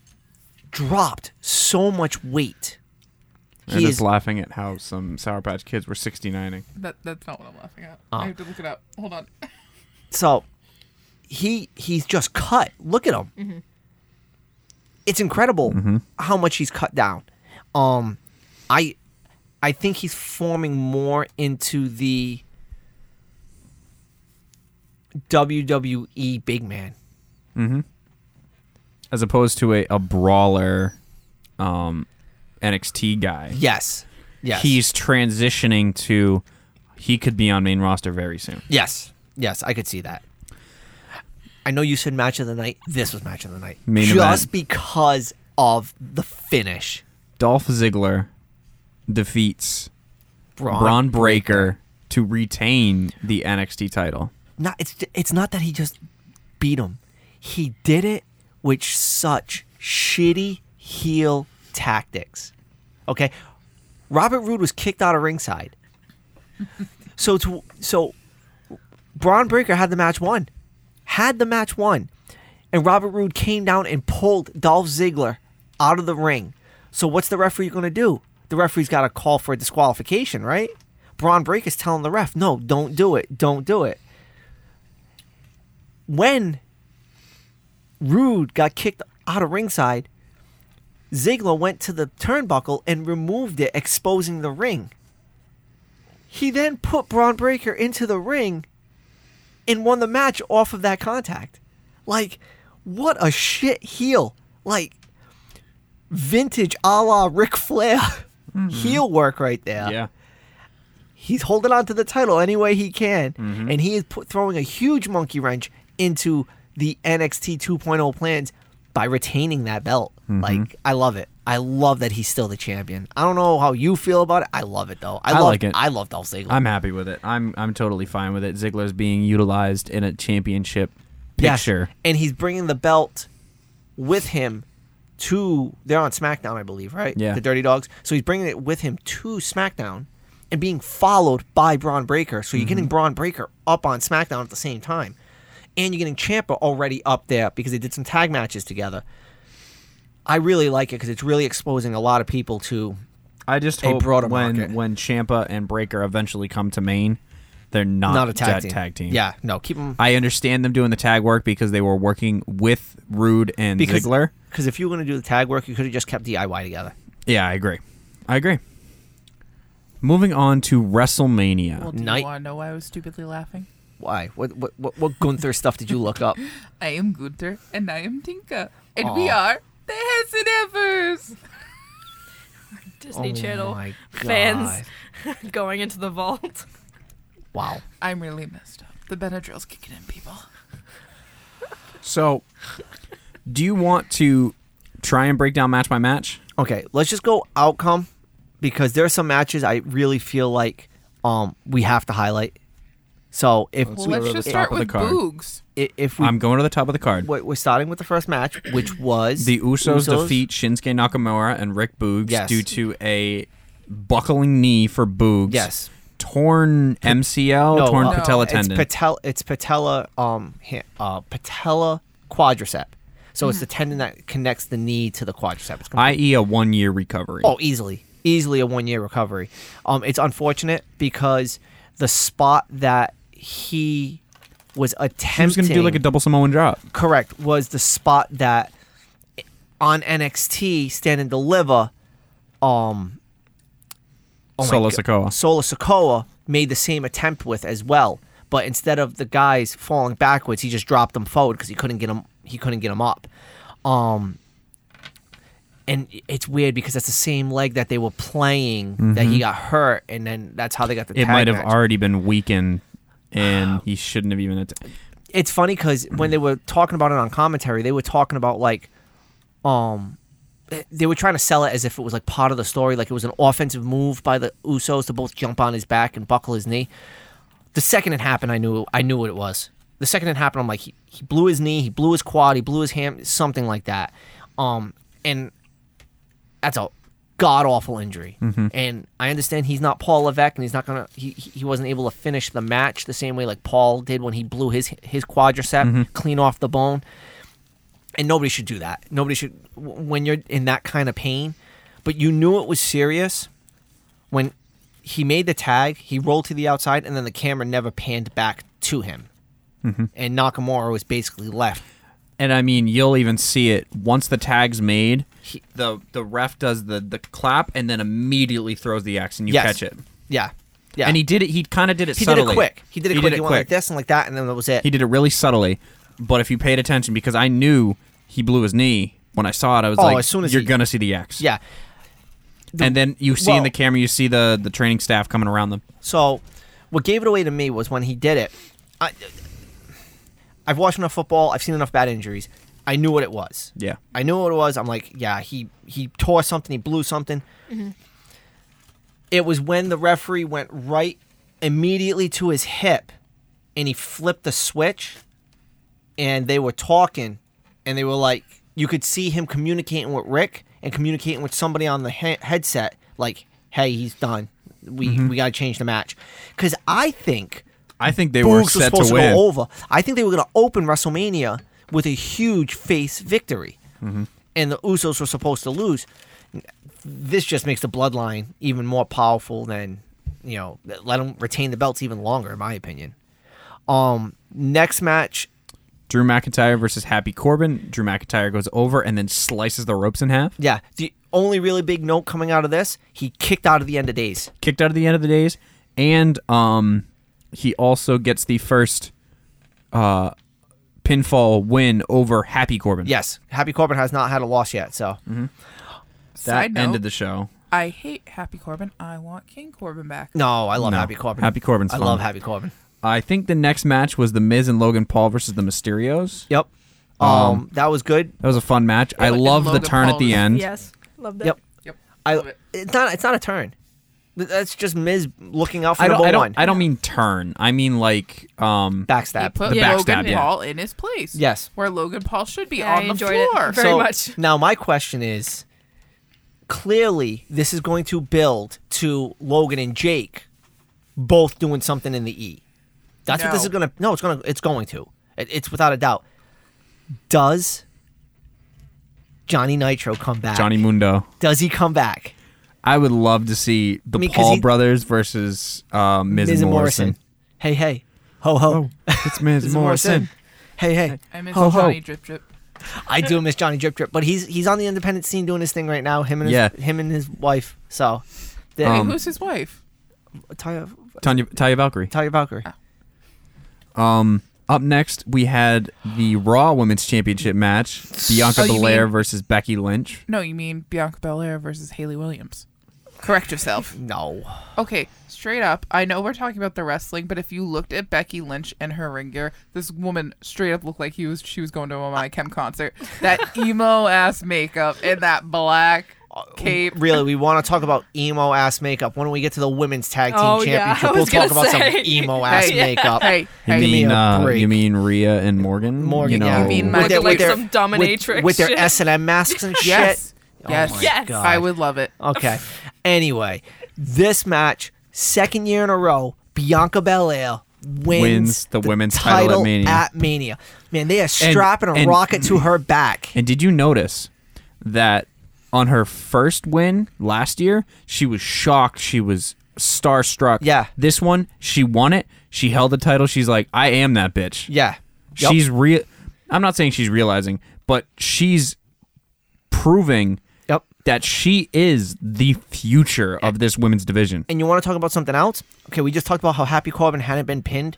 Speaker 2: dropped so much weight.
Speaker 1: They're
Speaker 2: He
Speaker 1: just
Speaker 2: is
Speaker 1: laughing at how some Sour Patch Kids were 69ing.
Speaker 4: That, that's not what I'm laughing at.
Speaker 2: Oh.
Speaker 4: I have to look it up. Hold on.
Speaker 2: so he he's just cut. Look at him. It's incredible how much he's cut down. Um, I I think he's forming more into the WWE E big man.
Speaker 1: As opposed to a, a brawler um, NXT guy.
Speaker 2: Yes. Yes.
Speaker 1: He's transitioning to he could be on main roster very soon.
Speaker 2: Yes. Yes, I could see that. I know you said match of the night. This was match of the night.
Speaker 1: Main event.
Speaker 2: Just because of the finish.
Speaker 1: Dolph Ziggler defeats
Speaker 2: Braun.
Speaker 1: Braun Breaker to retain the NXT title.
Speaker 2: Not it's it's not that he just beat him. He did it with such shitty heel tactics. Okay? Robert Roode was kicked out of ringside. so to so Braun Breaker had the match won. Had the match won. And Robert Roode came down and pulled Dolph Ziggler out of the ring. So what's the referee going to do? The referee's got to call for a disqualification, right? Braun Breaker's telling the ref, "No, don't do it. Don't do it." When Rude got kicked out of ringside, Ziggler went to the turnbuckle and removed it, exposing the ring. He then put Braun Breaker into the ring and won the match off of that contact. Like, what a shit heel. Like, vintage a la Ric Flair heel work right there. He's holding on to the title any way he can,
Speaker 1: Mm-hmm.
Speaker 2: and he is put, throwing a huge monkey wrench into the NXT 2.0 plans by retaining that belt.
Speaker 1: Mm-hmm.
Speaker 2: Like, I love it. I love that he's still the champion. I don't know how you feel about it. I love it though. I,
Speaker 1: I
Speaker 2: love,
Speaker 1: like it.
Speaker 2: I love Dolph Ziggler.
Speaker 1: I'm happy with it. I'm I'm totally fine with it. Ziggler's being utilized in a championship
Speaker 2: Yes.
Speaker 1: picture.
Speaker 2: And he's bringing the belt with him to. They're on SmackDown, I believe, right?
Speaker 1: Yeah.
Speaker 2: The Dirty Dogs. So he's bringing it with him to SmackDown and being followed by Braun Breaker. So you're
Speaker 1: Mm-hmm.
Speaker 2: getting Braun Breaker up on SmackDown at the same time. And you're getting Champa already up there because they did some tag matches together. I really like it because it's really exposing a lot of people to.
Speaker 1: I just
Speaker 2: a
Speaker 1: hope
Speaker 2: broader
Speaker 1: when
Speaker 2: market.
Speaker 1: when Champa and Breaker eventually come to Maine, they're not,
Speaker 2: Not a tag
Speaker 1: Uh, that
Speaker 2: team.
Speaker 1: tag team.
Speaker 2: Yeah, no, keep them.
Speaker 1: I understand them doing the tag work because they were working with Rude and
Speaker 2: Because,
Speaker 1: Ziggler.
Speaker 2: because if you were going to do the tag work, you could have just kept DIY together.
Speaker 1: Yeah, I agree. I agree. Moving on to WrestleMania.
Speaker 4: Well, do
Speaker 2: Night-
Speaker 4: you want to know why I was stupidly laughing?
Speaker 2: Why? What, what, what, what Gunther stuff did you look up?
Speaker 4: I am Gunther and I am Tinka. And we are the Hesenevers.
Speaker 3: Disney Channel
Speaker 2: Oh my
Speaker 3: fans going into the vault.
Speaker 2: Wow.
Speaker 4: I'm really messed up. The Benadryl's kicking in, people.
Speaker 1: so, do you want to try and break down match by match?
Speaker 2: Okay, let's just go outcome because there are some matches I really feel like um we have to highlight. So if
Speaker 4: Well,
Speaker 2: we,
Speaker 4: let's just
Speaker 1: top
Speaker 4: start
Speaker 1: of the
Speaker 4: with
Speaker 1: card.
Speaker 4: Boogs.
Speaker 2: i- if we
Speaker 1: I'm going to the top of the card.
Speaker 2: we're we're starting with the first match, which was
Speaker 1: The Usos, defeat Shinsuke Nakamura and Rick Boogs
Speaker 2: Yes.
Speaker 1: due to a buckling knee for Boogs.
Speaker 2: Yes.
Speaker 1: Torn MCL,
Speaker 2: No,
Speaker 1: torn
Speaker 2: uh,
Speaker 1: patella
Speaker 2: it's
Speaker 1: tendon.
Speaker 2: Patella. It's patella. Um, ha- uh, patella quadricep. So
Speaker 3: Mm-hmm.
Speaker 2: it's the tendon that connects the knee to the quadricep. It's complete-
Speaker 1: i.e. E a one year recovery.
Speaker 2: oh, easily, easily a one year recovery. Um, it's unfortunate because the spot that he was attempting.
Speaker 1: he was going to do like a double Samoan drop.
Speaker 2: correct was the spot that on NXT stand and deliver um oh my
Speaker 1: Solo
Speaker 2: go-
Speaker 1: Sikoa.
Speaker 2: Solo Sokoa made the same attempt with as well but instead of the guys falling backwards he just dropped them forward cuz he couldn't get him he couldn't get him up um and it's weird because that's the same leg that they were playing that he got hurt and then that's how they got the
Speaker 1: Mm-hmm. It
Speaker 2: tag
Speaker 1: might have
Speaker 2: match.
Speaker 1: already been weakened and he shouldn't have even. Att-
Speaker 2: it's funny because when they were talking about it on commentary, they were talking about like, um, they were trying to sell it as if it was like part of the story, like it was an offensive move by the Usos to both jump on his back and buckle his knee. The second it happened, I knew I knew what it was. The second it happened, I'm like, he, he blew his knee, he blew his quad, he blew his ham, something like that. Um, and that's a god awful injury. And I understand he's not Paul Levesque, and he's not gonna. He he he wasn't able to finish the match the same way like Paul did when he blew his his quadricep clean off the bone. And nobody should do that. Nobody should w- when you're in that kind of pain. But you knew it was serious when he made the tag. He rolled to the outside, and then the camera never panned back to him. And Nakamura was basically left.
Speaker 1: and I mean, you'll even see it once the tag's made. The the ref does the, the clap and then immediately throws the axe and you
Speaker 2: Yes.
Speaker 1: catch it.
Speaker 2: Yeah, yeah.
Speaker 1: And he did it. He kind of did it
Speaker 2: he
Speaker 1: subtly.
Speaker 2: did it quick. He did it quick. he went like this and like that, and then that was it.
Speaker 1: He did it really subtly, but if you paid attention, because I knew he blew his knee when I saw it, I was
Speaker 2: Oh,
Speaker 1: like,
Speaker 2: as soon as
Speaker 1: "You're
Speaker 2: he-
Speaker 1: gonna see the X."
Speaker 2: Yeah.
Speaker 1: and then you see in
Speaker 2: well-
Speaker 1: the camera, you see the the training staff coming around them.
Speaker 2: So, what gave it away to me was when he did it. I, I've watched enough football. I've seen enough bad injuries. I knew what it was.
Speaker 1: Yeah.
Speaker 2: I knew what it was. I'm like, yeah, he he tore something. He blew something. It was when the referee went right immediately to his hip, and he flipped the switch, and they were talking, and they were like, you could see him communicating with Rick and communicating with somebody on the he- headset, like, hey, he's done. We
Speaker 1: Mm-hmm.
Speaker 2: we gotta change the match, because I think
Speaker 1: I think they were
Speaker 2: Boogs
Speaker 1: set
Speaker 2: was supposed
Speaker 1: to
Speaker 2: to,
Speaker 1: win.
Speaker 2: go over. I think they were going to open WrestleMania with a huge face victory,
Speaker 1: Mm-hmm.
Speaker 2: and the Usos were supposed to lose. This just makes the bloodline even more powerful than you know. Let them retain the belts even longer, in my opinion. Um, next match,
Speaker 1: Drew McIntyre versus Happy Corbin. Drew McIntyre goes over and then slices the ropes in half.
Speaker 2: yeah. The only really big note coming out of this, he kicked out of the end of days.
Speaker 1: Kicked out of the end of the days, and um, he also gets the first uh pinfall win over Happy Corbin.
Speaker 2: Yes, Happy Corbin has not had a loss yet, so
Speaker 1: Mm-hmm. that
Speaker 4: Side note,
Speaker 1: ended the show.
Speaker 4: I hate Happy Corbin. I want King Corbin back.
Speaker 2: no, I love
Speaker 1: No,
Speaker 2: Happy Corbin.
Speaker 1: Happy Corbin's
Speaker 2: I love
Speaker 1: fun.
Speaker 2: Happy Corbin.
Speaker 1: I think the next match was The Miz and Logan Paul versus The Mysterios.
Speaker 2: Yep. Um, that was good.
Speaker 1: That was a fun match. I
Speaker 4: and
Speaker 1: love the
Speaker 4: Logan
Speaker 1: turn at
Speaker 4: Paul
Speaker 1: the
Speaker 4: is-
Speaker 1: end.
Speaker 3: Yes. Love that.
Speaker 2: Yep.
Speaker 4: Yep. Love
Speaker 2: I,
Speaker 4: it.
Speaker 2: it's not. It's not a turn. Th- That's just Miz looking out for
Speaker 1: I don't,
Speaker 2: number
Speaker 1: I
Speaker 2: one.
Speaker 1: don't. I don't mean turn. I mean like um.
Speaker 4: He
Speaker 2: Backstab.
Speaker 4: put
Speaker 1: The
Speaker 4: Logan
Speaker 1: backstab, yeah.
Speaker 4: Paul in his place.
Speaker 2: Yes.
Speaker 4: Where Logan Paul should be
Speaker 3: Yeah, I
Speaker 4: on the
Speaker 3: enjoyed it.
Speaker 4: floor.
Speaker 3: Very
Speaker 2: So,
Speaker 3: much.
Speaker 2: Now my question is, clearly this is going to build to Logan and Jake, both doing something in the E. That's what this
Speaker 4: No.
Speaker 2: is gonna. No, it's gonna. It's going to. It, it's without a doubt. Does Johnny Nitro come back?
Speaker 1: Johnny Mundo.
Speaker 2: Does he come back?
Speaker 1: I would love to see the
Speaker 2: I mean, 'cause
Speaker 1: Paul
Speaker 2: he-
Speaker 1: brothers versus uh, Miz,
Speaker 2: Miz
Speaker 1: and
Speaker 2: and
Speaker 1: Morrison. Oh,
Speaker 2: Hey hey, ho ho.
Speaker 1: It's Miz
Speaker 2: Miz
Speaker 1: Morrison.
Speaker 2: Hey hey.
Speaker 4: I miss
Speaker 2: ho, ho.
Speaker 4: Johnny Drip Drip.
Speaker 2: I do miss Johnny Drip Drip, but he's he's on the independent scene doing his thing right now. Him and
Speaker 1: Yeah.
Speaker 2: his, him and his wife. So, the,
Speaker 4: Hey,
Speaker 1: Um,
Speaker 4: who's his wife?
Speaker 2: Taya
Speaker 1: Tanya, Taya Valkyrie.
Speaker 2: Taya Valkyrie.
Speaker 1: Um. Up next, we had the Raw Women's Championship match: Bianca
Speaker 4: Oh, you
Speaker 1: Belair
Speaker 4: mean-
Speaker 1: versus Becky Lynch.
Speaker 4: No, you mean Bianca Belair versus Haley Williams. Correct yourself.
Speaker 2: No,
Speaker 4: Okay, straight up, I know we're talking about the wrestling, but if you looked at Becky Lynch and her ring gear, this woman straight up looked like he was she was going to a My Chem concert. That emo ass makeup and that black
Speaker 2: Uh,
Speaker 4: Cape.
Speaker 2: Really, we want to talk about emo ass makeup. When we get to the women's tag team
Speaker 3: Oh, yeah, I
Speaker 2: championship,
Speaker 3: was
Speaker 2: we'll talk
Speaker 3: gonna
Speaker 2: about some
Speaker 3: say.
Speaker 2: emo ass
Speaker 4: Hey,
Speaker 2: makeup.
Speaker 4: Hey,
Speaker 1: You
Speaker 2: give
Speaker 4: hey.
Speaker 2: me
Speaker 1: mean
Speaker 2: a
Speaker 1: uh,
Speaker 2: break.
Speaker 1: you mean Rhea and Morgan?
Speaker 2: Morgan,
Speaker 1: you know,
Speaker 2: yeah.
Speaker 3: You mean my- like some dominatrix
Speaker 2: with, with their
Speaker 3: shit?
Speaker 2: S and M masks and shit.
Speaker 4: Yes.
Speaker 2: Oh
Speaker 4: Yes.
Speaker 2: my
Speaker 3: Yes.
Speaker 2: God. Uh,
Speaker 4: I would love it.
Speaker 2: Okay. Anyway, this match, second year in a row, Bianca Belair wins,
Speaker 1: Wins the women's title at Mania.
Speaker 2: at Mania. Man, they are strapping a
Speaker 1: and-
Speaker 2: rocket to her back.
Speaker 1: And did you notice that on her first win last year, she was shocked. She was starstruck.
Speaker 2: Yeah.
Speaker 1: This one, she won it. She held the title. She's like, I am that bitch.
Speaker 2: yeah. Yep.
Speaker 1: She's real. I'm not saying she's realizing, but she's proving
Speaker 2: Yep.
Speaker 1: that she is the future of this women's division.
Speaker 2: And you want to talk about something else? Okay, we just talked about how Happy Corbin hadn't been pinned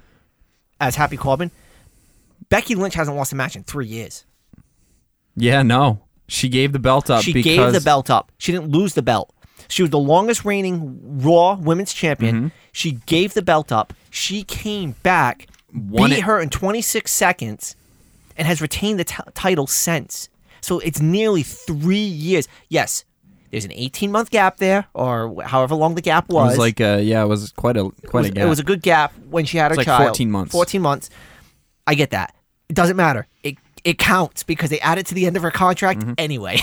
Speaker 2: as Happy Corbin. Becky Lynch hasn't lost a match in three years.
Speaker 1: Yeah, no. She gave the belt up
Speaker 2: She
Speaker 1: Uh, because
Speaker 2: gave the belt up. She didn't lose the belt. She was the longest reigning Raw Women's Champion.
Speaker 1: Mm-hmm.
Speaker 2: She gave the belt up. She came back,
Speaker 1: Won
Speaker 2: beat
Speaker 1: it.
Speaker 2: her in 26 seconds, and has retained the t- title since. So it's nearly three years. Yes, there's an 18 month gap there, or wh- however long the gap
Speaker 1: it
Speaker 2: was.
Speaker 1: was like uh, yeah, it was quite a
Speaker 2: it
Speaker 1: quite
Speaker 2: was,
Speaker 1: a
Speaker 2: it
Speaker 1: gap.
Speaker 2: was a good gap when she had her
Speaker 1: like
Speaker 2: child.
Speaker 1: 14 months.
Speaker 2: 14 months. I get that. It doesn't matter. It it counts because they add it to the end of her contract
Speaker 1: Mm-hmm.
Speaker 2: anyway.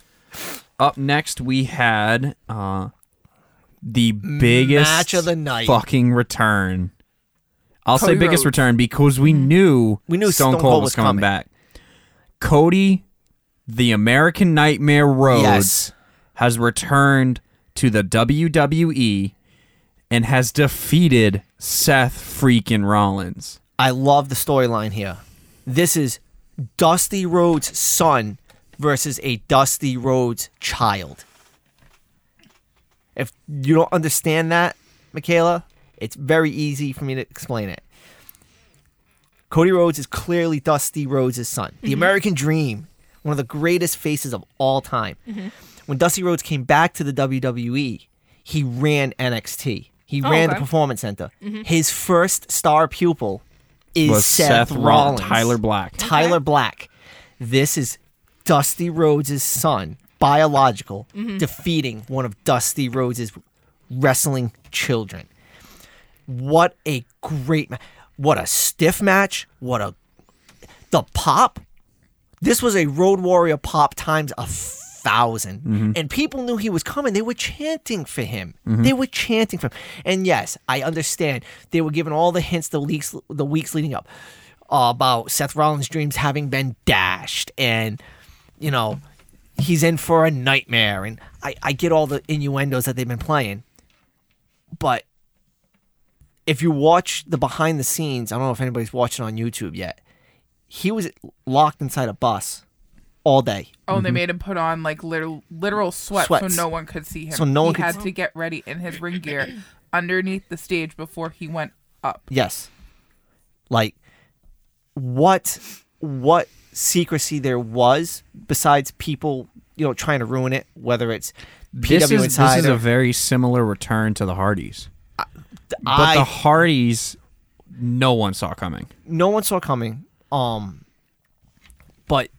Speaker 1: Up next, we had uh, the biggest
Speaker 2: Match of the night.
Speaker 1: fucking return. I'll say
Speaker 4: Cody
Speaker 1: biggest
Speaker 4: Rhodes.
Speaker 1: return because we knew
Speaker 2: Mm-hmm. We knew
Speaker 1: Stone, Cold, was coming, back. Cody, the American Nightmare Rhodes,
Speaker 2: Yes.
Speaker 1: has returned to the WWE and has defeated Seth freaking Rollins.
Speaker 2: I love the storyline here. This is Dusty Rhodes' son versus a Dusty Rhodes child. If you don't understand that, Michaela, it's very easy for me to explain it. Cody Rhodes is clearly Dusty Rhodes' son. The American Dream, one of the greatest faces of all time. When Dusty Rhodes came back to the WWE, he ran NXT. He ran the
Speaker 3: okay.
Speaker 2: Performance Center. His first star pupil is
Speaker 1: Was
Speaker 2: Seth,
Speaker 1: Roll-
Speaker 2: Rollins.
Speaker 1: Tyler Black.
Speaker 2: Tyler Black. This is Dusty Rhodes' son, biological, defeating one of Dusty Rhodes' wrestling children. What a great match. What a stiff match. What a. The pop. This was a Road Warrior pop times a 1000 And people knew he was coming. They were chanting for him. They were chanting for him. And yes, I understand. They were giving all the hints the weeks, the weeks leading up uh, about Seth Rollins' dreams having been dashed. And, you know, he's in for a nightmare. And I, I get all the innuendos that they've been playing. But if you watch the behind the scenes, I don't know if anybody's watching on YouTube yet. He was locked inside a bus all day.
Speaker 4: Oh, and they made him put on like literal, literal sweat
Speaker 2: mm-hmm. Sweats.
Speaker 4: so no one could see him.
Speaker 2: So no
Speaker 4: he
Speaker 2: one could
Speaker 4: had
Speaker 2: see-
Speaker 4: to get ready in his ring gear underneath the stage before he went up.
Speaker 2: Yes. Like what what secrecy there was besides people, you know, trying to ruin it, whether it's PW
Speaker 1: This is, this
Speaker 2: Insider.
Speaker 1: is a very similar return to the Hardys. But
Speaker 2: I-
Speaker 1: the Hardys, no one saw coming.
Speaker 2: no one saw coming. Um, but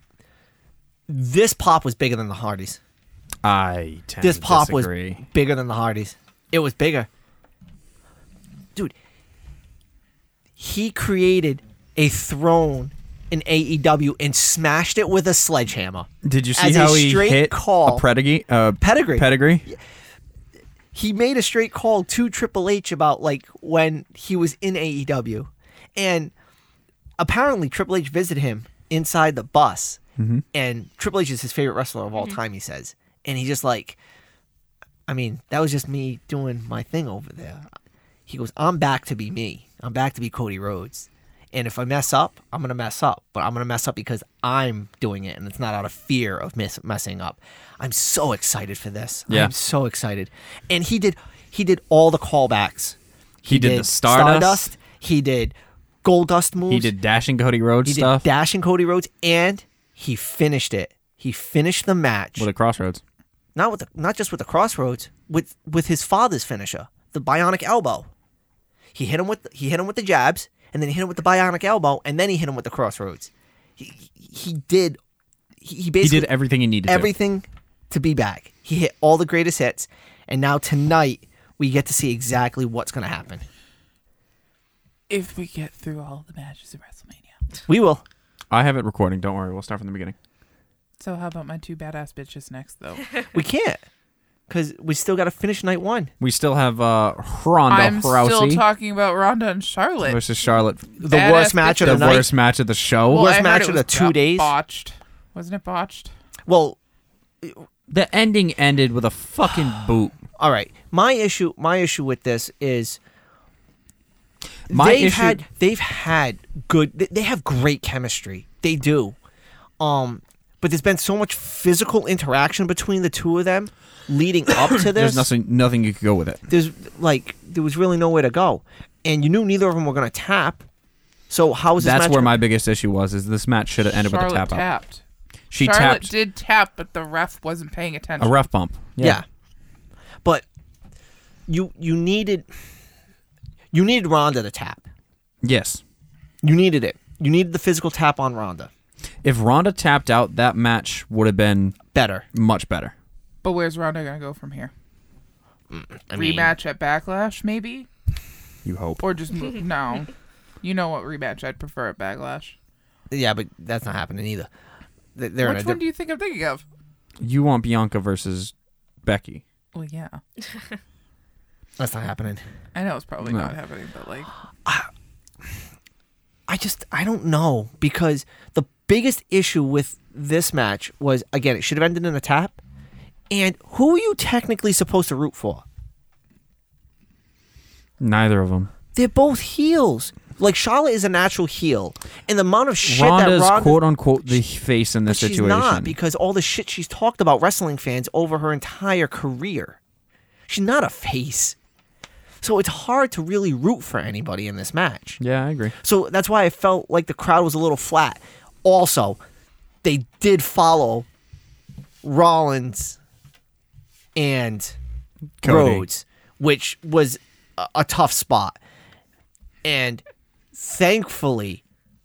Speaker 2: this pop was bigger than the Hardys.
Speaker 1: I tend
Speaker 2: This
Speaker 1: to
Speaker 2: pop was
Speaker 1: disagree.
Speaker 2: bigger than the Hardys. It was bigger, dude. He created a throne in AEW and smashed it with a sledgehammer.
Speaker 1: Did you see
Speaker 2: as a
Speaker 1: how he
Speaker 2: straight
Speaker 1: hit
Speaker 2: call-
Speaker 1: a pedigree? Uh,
Speaker 2: Pedigree.
Speaker 1: Pedigree.
Speaker 2: he made a straight call to Triple H about like when he was in AEW, and apparently Triple H visited him inside the bus,
Speaker 1: Mm-hmm.
Speaker 2: and Triple H is his favorite wrestler of all time. He says, and he's just like, I mean, that was just me doing my thing over there. He goes, I'm back to be me. I'm back to be Cody Rhodes. And if I mess up, I'm gonna mess up. But I'm gonna mess up because I'm doing it, and it's not out of fear of miss- messing up. I'm so excited for this.
Speaker 1: Yeah.
Speaker 2: I'm so excited. And he did. He did all the callbacks.
Speaker 1: He did the Stardust.
Speaker 2: He did Gold Dust moves.
Speaker 1: He did dashing Cody Rhodes
Speaker 2: He
Speaker 1: stuff
Speaker 2: did Dash and Cody Rhodes, and he finished it. He finished the match
Speaker 1: with a crossroads.
Speaker 2: not with the, not just with the crossroads, with with his father's finisher, the bionic elbow. He hit him with he hit him with the jabs, and then he hit him with the bionic elbow, and then he hit him with the crossroads. He he, he did he, he
Speaker 1: He
Speaker 2: basically
Speaker 1: did everything he needed.
Speaker 2: everything to be back. He hit all the greatest hits, and now tonight we get to see exactly what's going to happen.
Speaker 4: If we get through all the matches of WrestleMania.
Speaker 2: We will.
Speaker 1: I have it recording. Don't worry. We'll start from the beginning.
Speaker 4: So how about my two badass bitches next though?
Speaker 2: We can't because we still got to finish night one.
Speaker 1: We still have uh, Ronda
Speaker 4: I'm still
Speaker 1: Rousey
Speaker 4: talking about Ronda and Charlotte.
Speaker 1: versus Charlotte.
Speaker 2: The
Speaker 4: Badass
Speaker 2: worst match of
Speaker 1: The
Speaker 2: the night.
Speaker 1: worst match of the show.
Speaker 4: Well,
Speaker 2: worst
Speaker 4: I heard
Speaker 2: match
Speaker 4: it
Speaker 2: of the
Speaker 4: was
Speaker 2: two
Speaker 4: bo-
Speaker 2: days.
Speaker 4: Botched. Wasn't it botched?
Speaker 2: Well,
Speaker 1: The ending ended with a fucking boot.
Speaker 2: all right. My issue, my issue with this is
Speaker 1: My
Speaker 2: they've
Speaker 1: issue-
Speaker 2: had they've had good. They, they have great chemistry. They do. Um, but there's been so much physical interaction between the two of them leading up to this.
Speaker 1: There's nothing, nothing you could go with it.
Speaker 2: there's like there was really nowhere to go, and you knew neither of them were going to tap. So how is this
Speaker 1: That's
Speaker 2: match
Speaker 1: where my biggest issue was. Is this match should have ended
Speaker 4: Charlotte
Speaker 1: with a tap out.
Speaker 4: tapped.
Speaker 1: She
Speaker 4: Charlotte
Speaker 1: tapped
Speaker 4: did tap, but the ref wasn't paying attention.
Speaker 1: a rough bump.
Speaker 2: Yeah. But you you needed you needed Ronda to tap.
Speaker 1: Yes.
Speaker 2: You needed it. You needed the physical tap on Ronda.
Speaker 1: If Ronda tapped out, that match would have been
Speaker 2: Better.
Speaker 1: much better.
Speaker 4: But where's Ronda gonna go from here? rematch at Backlash, maybe,
Speaker 1: You hope.
Speaker 4: or just move? no. You know what rematch I'd prefer at Backlash.
Speaker 2: Yeah, but that's not happening either. They- They're in
Speaker 4: Which
Speaker 2: a
Speaker 4: one
Speaker 2: di-
Speaker 4: do you think I'm thinking of?
Speaker 1: You want Bianca versus Becky?
Speaker 4: Well, yeah,
Speaker 2: that's not happening.
Speaker 4: I know it's probably
Speaker 1: No.
Speaker 4: not happening, but like,
Speaker 2: I just I don't know because the biggest issue with this match was again it should have ended in a tap. And who are you technically supposed to root for?
Speaker 1: Neither of them.
Speaker 2: They're both heels. Like Charlotte is a natural heel, and the amount of shit
Speaker 1: Ronda's
Speaker 2: that Ronda
Speaker 1: quote unquote the face in this
Speaker 2: She's
Speaker 1: situation.
Speaker 2: not because all the shit she's talked about wrestling fans over her entire career. She's not a face. So it's hard to really root for anybody in this match.
Speaker 1: yeah, I agree.
Speaker 2: So that's why I felt like the crowd was a little flat. Also, they did follow Rollins and
Speaker 1: Cody.
Speaker 2: Rhodes, which was a, a tough spot. And thankfully,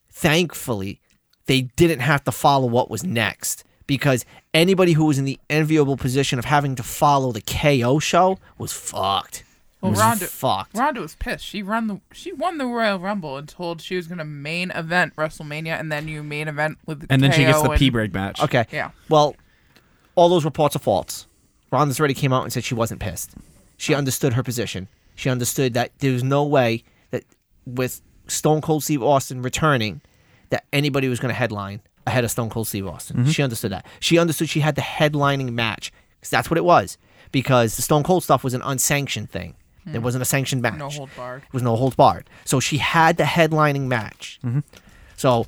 Speaker 2: thankfully, they didn't have to follow what was next because anybody who was in the enviable position of having to follow the KO show was fucked.
Speaker 4: well,
Speaker 2: was
Speaker 4: Ronda,
Speaker 2: fucked.
Speaker 4: Ronda was pissed. She run the, she won the Royal Rumble and told she was gonna main event WrestleMania, and then you main event with
Speaker 1: And then she gets
Speaker 4: KO
Speaker 1: the
Speaker 4: and-
Speaker 1: P break match.
Speaker 2: Okay.
Speaker 4: Yeah.
Speaker 2: Well, all those reports are false. Ronda's already came out and said she wasn't pissed. She
Speaker 4: Oh.
Speaker 2: understood her position. She understood that there's no way that with Stone Cold Steve Austin returning, that anybody was going to headline ahead of Stone Cold Steve Austin.
Speaker 4: Mm-hmm.
Speaker 2: She understood that. She understood she had the headlining match because that's what it was. Because the Stone Cold stuff was an unsanctioned thing. There wasn't a sanctioned match.
Speaker 4: Hmm. No hold barred.
Speaker 2: It was no hold barred. So she had the headlining match. So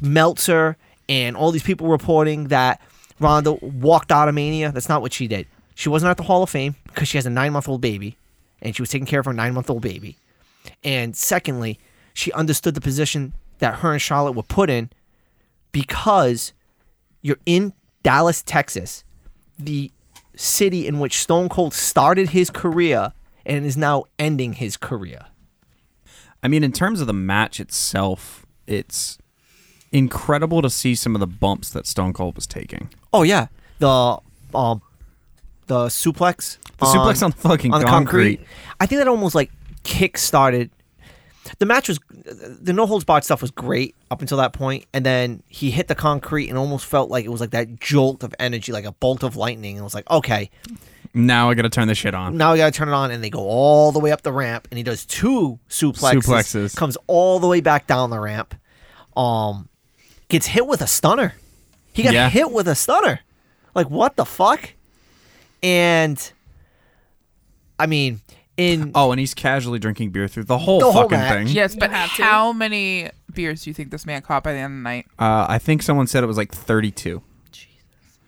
Speaker 2: Meltzer and all these people reporting that Ronda walked out of Mania. That's not what she did. She wasn't at the Hall of Fame because she has a nine month old baby and she was taking care of her nine month old baby. And secondly, she understood the position that her and Charlotte were put in because you're in Dallas, Texas, the city in which Stone Cold started his career and is now ending his career.
Speaker 1: I mean, in terms of the match itself, it's incredible to see some of the bumps that Stone Cold was taking.
Speaker 2: Oh yeah, the um, the suplex,
Speaker 1: The suplex on fucking
Speaker 2: on the
Speaker 1: concrete.
Speaker 2: concrete. I think that almost like kick started. The match was the no holds barred stuff was great up until that point, and then he hit the concrete and almost felt like it was like that jolt of energy, like a bolt of lightning, and it was like, okay,
Speaker 1: Now I got to turn this shit on.
Speaker 2: now we gotta turn it on, and they go all the way up the ramp, and he does two suplexes,
Speaker 1: Suplexes.
Speaker 2: comes all the way back down the ramp, um, gets hit with a stunner. He got
Speaker 1: Yeah.
Speaker 2: hit with a stunner. Like what the fuck? And I mean, in
Speaker 1: Oh, and he's casually drinking beer through the whole
Speaker 2: The whole
Speaker 1: fucking
Speaker 2: match.
Speaker 1: thing.
Speaker 4: Yes, but
Speaker 3: have to.
Speaker 4: how many beers do you think this man caught by the end of the night?
Speaker 1: Uh, I think someone said it was like 32.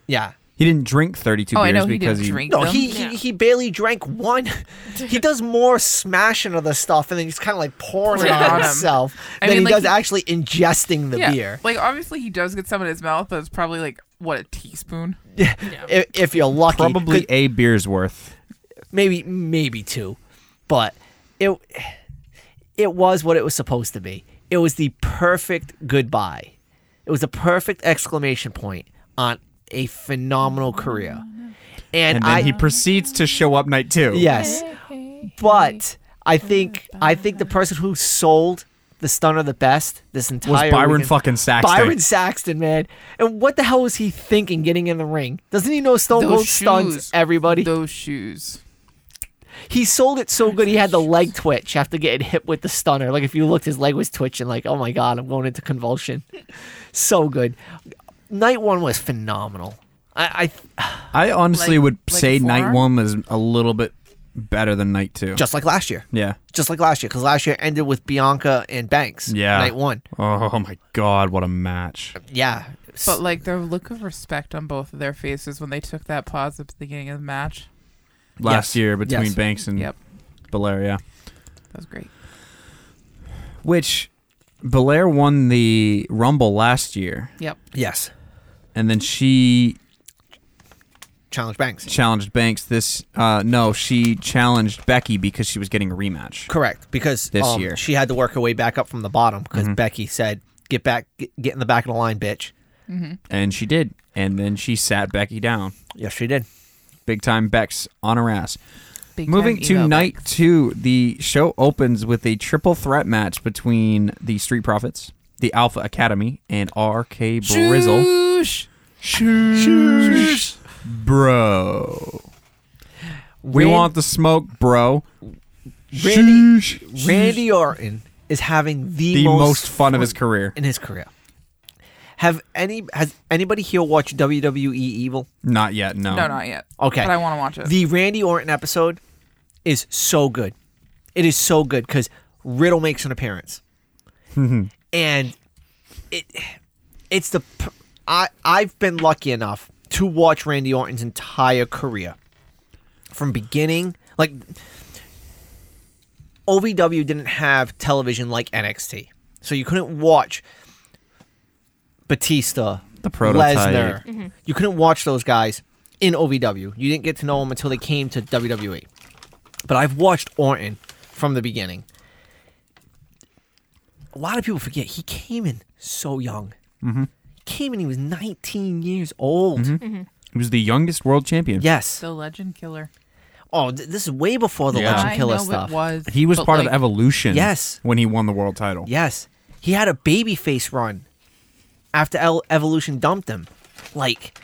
Speaker 2: yeah,
Speaker 1: He didn't drink 32
Speaker 4: Oh, I
Speaker 1: beers
Speaker 4: know he
Speaker 1: because
Speaker 4: didn't drink
Speaker 2: no,
Speaker 4: them.
Speaker 2: he,
Speaker 3: Yeah.
Speaker 2: he he barely drank one. he does more smashing of the stuff, and then he's kind of like pouring it
Speaker 4: Yeah.
Speaker 2: on
Speaker 4: On him.
Speaker 2: himself
Speaker 4: I
Speaker 2: than
Speaker 4: mean,
Speaker 2: he
Speaker 4: like,
Speaker 2: does
Speaker 4: he-
Speaker 2: actually ingesting the
Speaker 4: yeah,
Speaker 2: beer.
Speaker 4: like obviously he does get some in his mouth, but it's probably like what a teaspoon.
Speaker 2: If, if you're lucky, 'Cause-
Speaker 1: probably a beer's worth.
Speaker 2: maybe maybe two, but it it was what it was supposed to be. It was the perfect goodbye. It was the perfect exclamation point on a phenomenal career. and,
Speaker 1: and then
Speaker 2: I
Speaker 1: he proceeds to show up night two.
Speaker 2: yes, but I think I think the person who sold the stunner the best this entire
Speaker 1: was Byron
Speaker 2: weekend-
Speaker 1: fucking Saxton.
Speaker 2: Byron Saxton, man. And what the hell was he thinking getting in the ring? Doesn't he know Stone Cold
Speaker 4: Those
Speaker 2: stuns
Speaker 4: shoes.
Speaker 2: everybody?
Speaker 4: Those shoes.
Speaker 2: he sold it so good he had the leg twitch after getting hit with the stunner. Like if you looked, his leg was twitching. Like oh my god, I'm going into convulsion. so good. Night one was phenomenal. I, I
Speaker 1: I honestly
Speaker 4: Like-
Speaker 1: would
Speaker 4: like
Speaker 1: say
Speaker 4: four?
Speaker 1: night one was a little bit better than night two.
Speaker 2: just like last year,
Speaker 1: yeah.
Speaker 2: just like last year, because last year ended with Bianca and Banks.
Speaker 1: Yeah.
Speaker 2: night one.
Speaker 1: Oh my god, what a match.
Speaker 2: Yeah, S-
Speaker 4: But like their look of respect on both of their faces when they took that pause at the beginning of the match.
Speaker 1: Last
Speaker 2: Yes.
Speaker 1: year between
Speaker 2: Yes.
Speaker 1: Banks and
Speaker 4: Yep.
Speaker 1: Belair, yeah.
Speaker 4: That was great.
Speaker 1: Which Belair won the Rumble last year
Speaker 4: Yep.
Speaker 2: yes,
Speaker 1: and then she
Speaker 2: challenge Banks.
Speaker 1: challenged Banks this uh no, she challenged Becky because she was getting a rematch.
Speaker 2: Correct, because
Speaker 1: This
Speaker 2: um,
Speaker 1: year. Mm-hmm.
Speaker 2: she had to work her way back up from the bottom because Becky said, "Get back, get, get in the back of the line, bitch."
Speaker 1: And she did. And then she sat Becky down.
Speaker 2: Yes, she did.
Speaker 1: Big time Bex on her ass.
Speaker 4: Big
Speaker 1: Moving
Speaker 4: time
Speaker 1: to
Speaker 4: email
Speaker 1: night
Speaker 4: back.
Speaker 1: two, the show opens with a triple threat match between the Street Profits, the Alpha Academy, and RK Brizzle.
Speaker 4: Shoosh.
Speaker 1: Shoosh. Bro. We
Speaker 2: Ran-
Speaker 1: want the smoke, bro.
Speaker 2: Randy-
Speaker 1: Shoosh.
Speaker 2: Randy Orton is having the,
Speaker 1: The most, fun of his
Speaker 2: career.
Speaker 1: career.
Speaker 2: in his career. Have any has anybody here watched WWE Evil?
Speaker 1: Not yet, no.
Speaker 4: No, not yet.
Speaker 2: Oh. Okay.
Speaker 4: But I want to watch it.
Speaker 2: The Randy Orton episode is so good. It is so good because Riddle makes an appearance, and it it's the pr- I I've been lucky enough to watch Randy Orton's entire career from beginning like OVW didn't have television like NXT, so you couldn't watch Batista,
Speaker 1: The prototype. Mm-hmm.
Speaker 2: Lesnar. Mm-hmm. You couldn't watch those guys in OVW. You didn't get to know them until they came to WWE. But I've watched Orton from the beginning. A lot of people forget he came in so young. Mm-hmm. He came in, he was 19 years old.
Speaker 1: Mm-hmm. He was the youngest world champion.
Speaker 2: Yes.
Speaker 4: the Legend Killer.
Speaker 2: Oh, th- this is way before the
Speaker 1: Yeah.
Speaker 2: Legend
Speaker 4: I
Speaker 2: Killer
Speaker 4: know
Speaker 2: stuff.
Speaker 4: it was.
Speaker 1: He was
Speaker 4: but,
Speaker 1: part
Speaker 4: like,
Speaker 1: of Evolution
Speaker 2: Yes.
Speaker 1: when he won the world title.
Speaker 2: Yes. He had a babyface run after El- Evolution dumped him. Like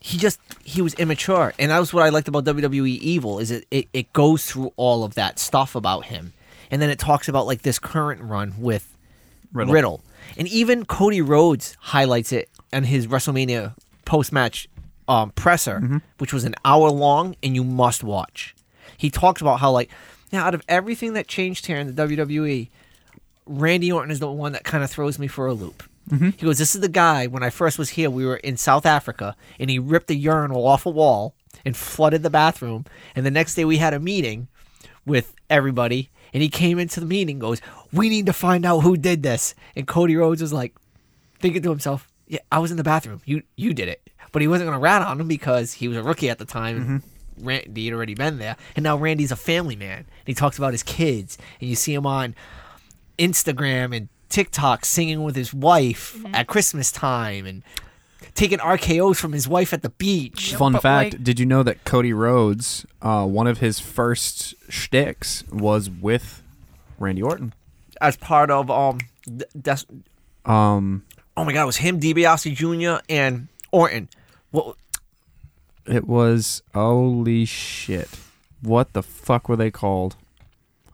Speaker 2: he just he was immature, and that was what I liked about WWE Evil is it it, it goes through all of that stuff about him, and then it talks about like this current run with Riddle,
Speaker 1: Riddle.
Speaker 2: and even Cody Rhodes highlights it in his WrestleMania post match um, presser, which was an hour long, and you must watch. He talks about how like now out of everything that changed here in the E, WWE, Randy Orton is the one that kind of throws me for a loop. He goes, This is the guy when I first was here, we were in South Africa, and he ripped a urinal off a wall and flooded the bathroom. And the next day we had a meeting with everybody, and he came into the meeting and goes, We need to find out who did this. And Cody Rhodes was like, thinking to himself, Yeah, I was in the bathroom. You you did it. But he wasn't gonna rat on him because he was a rookie at the time and Randy had already been there. And now Randy's a family man. And he talks about his kids and you see him on Instagram and TikTok singing with his wife at Christmas time and taking RKOs from his wife at the beach.
Speaker 1: Fun
Speaker 4: but,
Speaker 1: fact:
Speaker 4: like-
Speaker 1: Did you know that Cody Rhodes, uh, one of his first shticks was with Randy Orton?
Speaker 2: As part of um th- that's
Speaker 1: Um,
Speaker 2: oh my god, it was him, DiBiase Jr. and Orton. What
Speaker 1: it was holy shit. What the fuck were they called?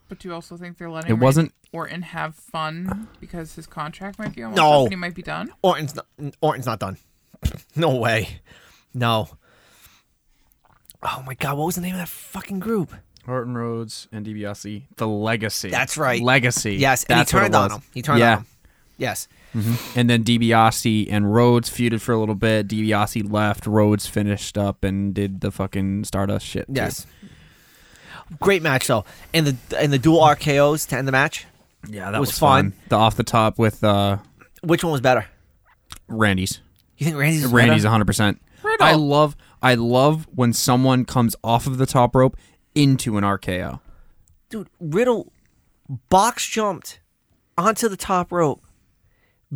Speaker 4: But do you also think they're letting
Speaker 1: It
Speaker 4: Randy
Speaker 1: wasn't-
Speaker 4: Orton have fun because his contract might be almost
Speaker 2: No.
Speaker 4: up and he might be done?
Speaker 2: Orton's not, Orton's not done. no way. No. Oh my god, what was the name of that fucking group?
Speaker 1: Orton Rhodes and DiBiase, the Legacy.
Speaker 2: That's right.
Speaker 1: Legacy.
Speaker 2: Yes, and
Speaker 1: That's
Speaker 2: he
Speaker 1: what it
Speaker 2: turned on
Speaker 1: was.
Speaker 2: him. He turned
Speaker 1: yeah.
Speaker 2: on him. Yes.
Speaker 1: And then DiBiase and Rhodes feuded for a little bit. DiBiase left. Rhodes finished up and did the fucking Stardust shit. too.
Speaker 2: Yes. Great match though. And the and the dual RKOs to end the match.
Speaker 1: Yeah, that
Speaker 2: Was
Speaker 1: was,
Speaker 2: fun.
Speaker 1: fun. The off the top with uh,
Speaker 2: Which one was better?
Speaker 1: Randy's.
Speaker 2: You think Randy's was
Speaker 1: Randy's
Speaker 2: better?
Speaker 1: 100. percent
Speaker 4: Riddle.
Speaker 1: I love I love when someone comes off of the top rope into an RKO.
Speaker 2: dude Riddle box jumped onto the top rope,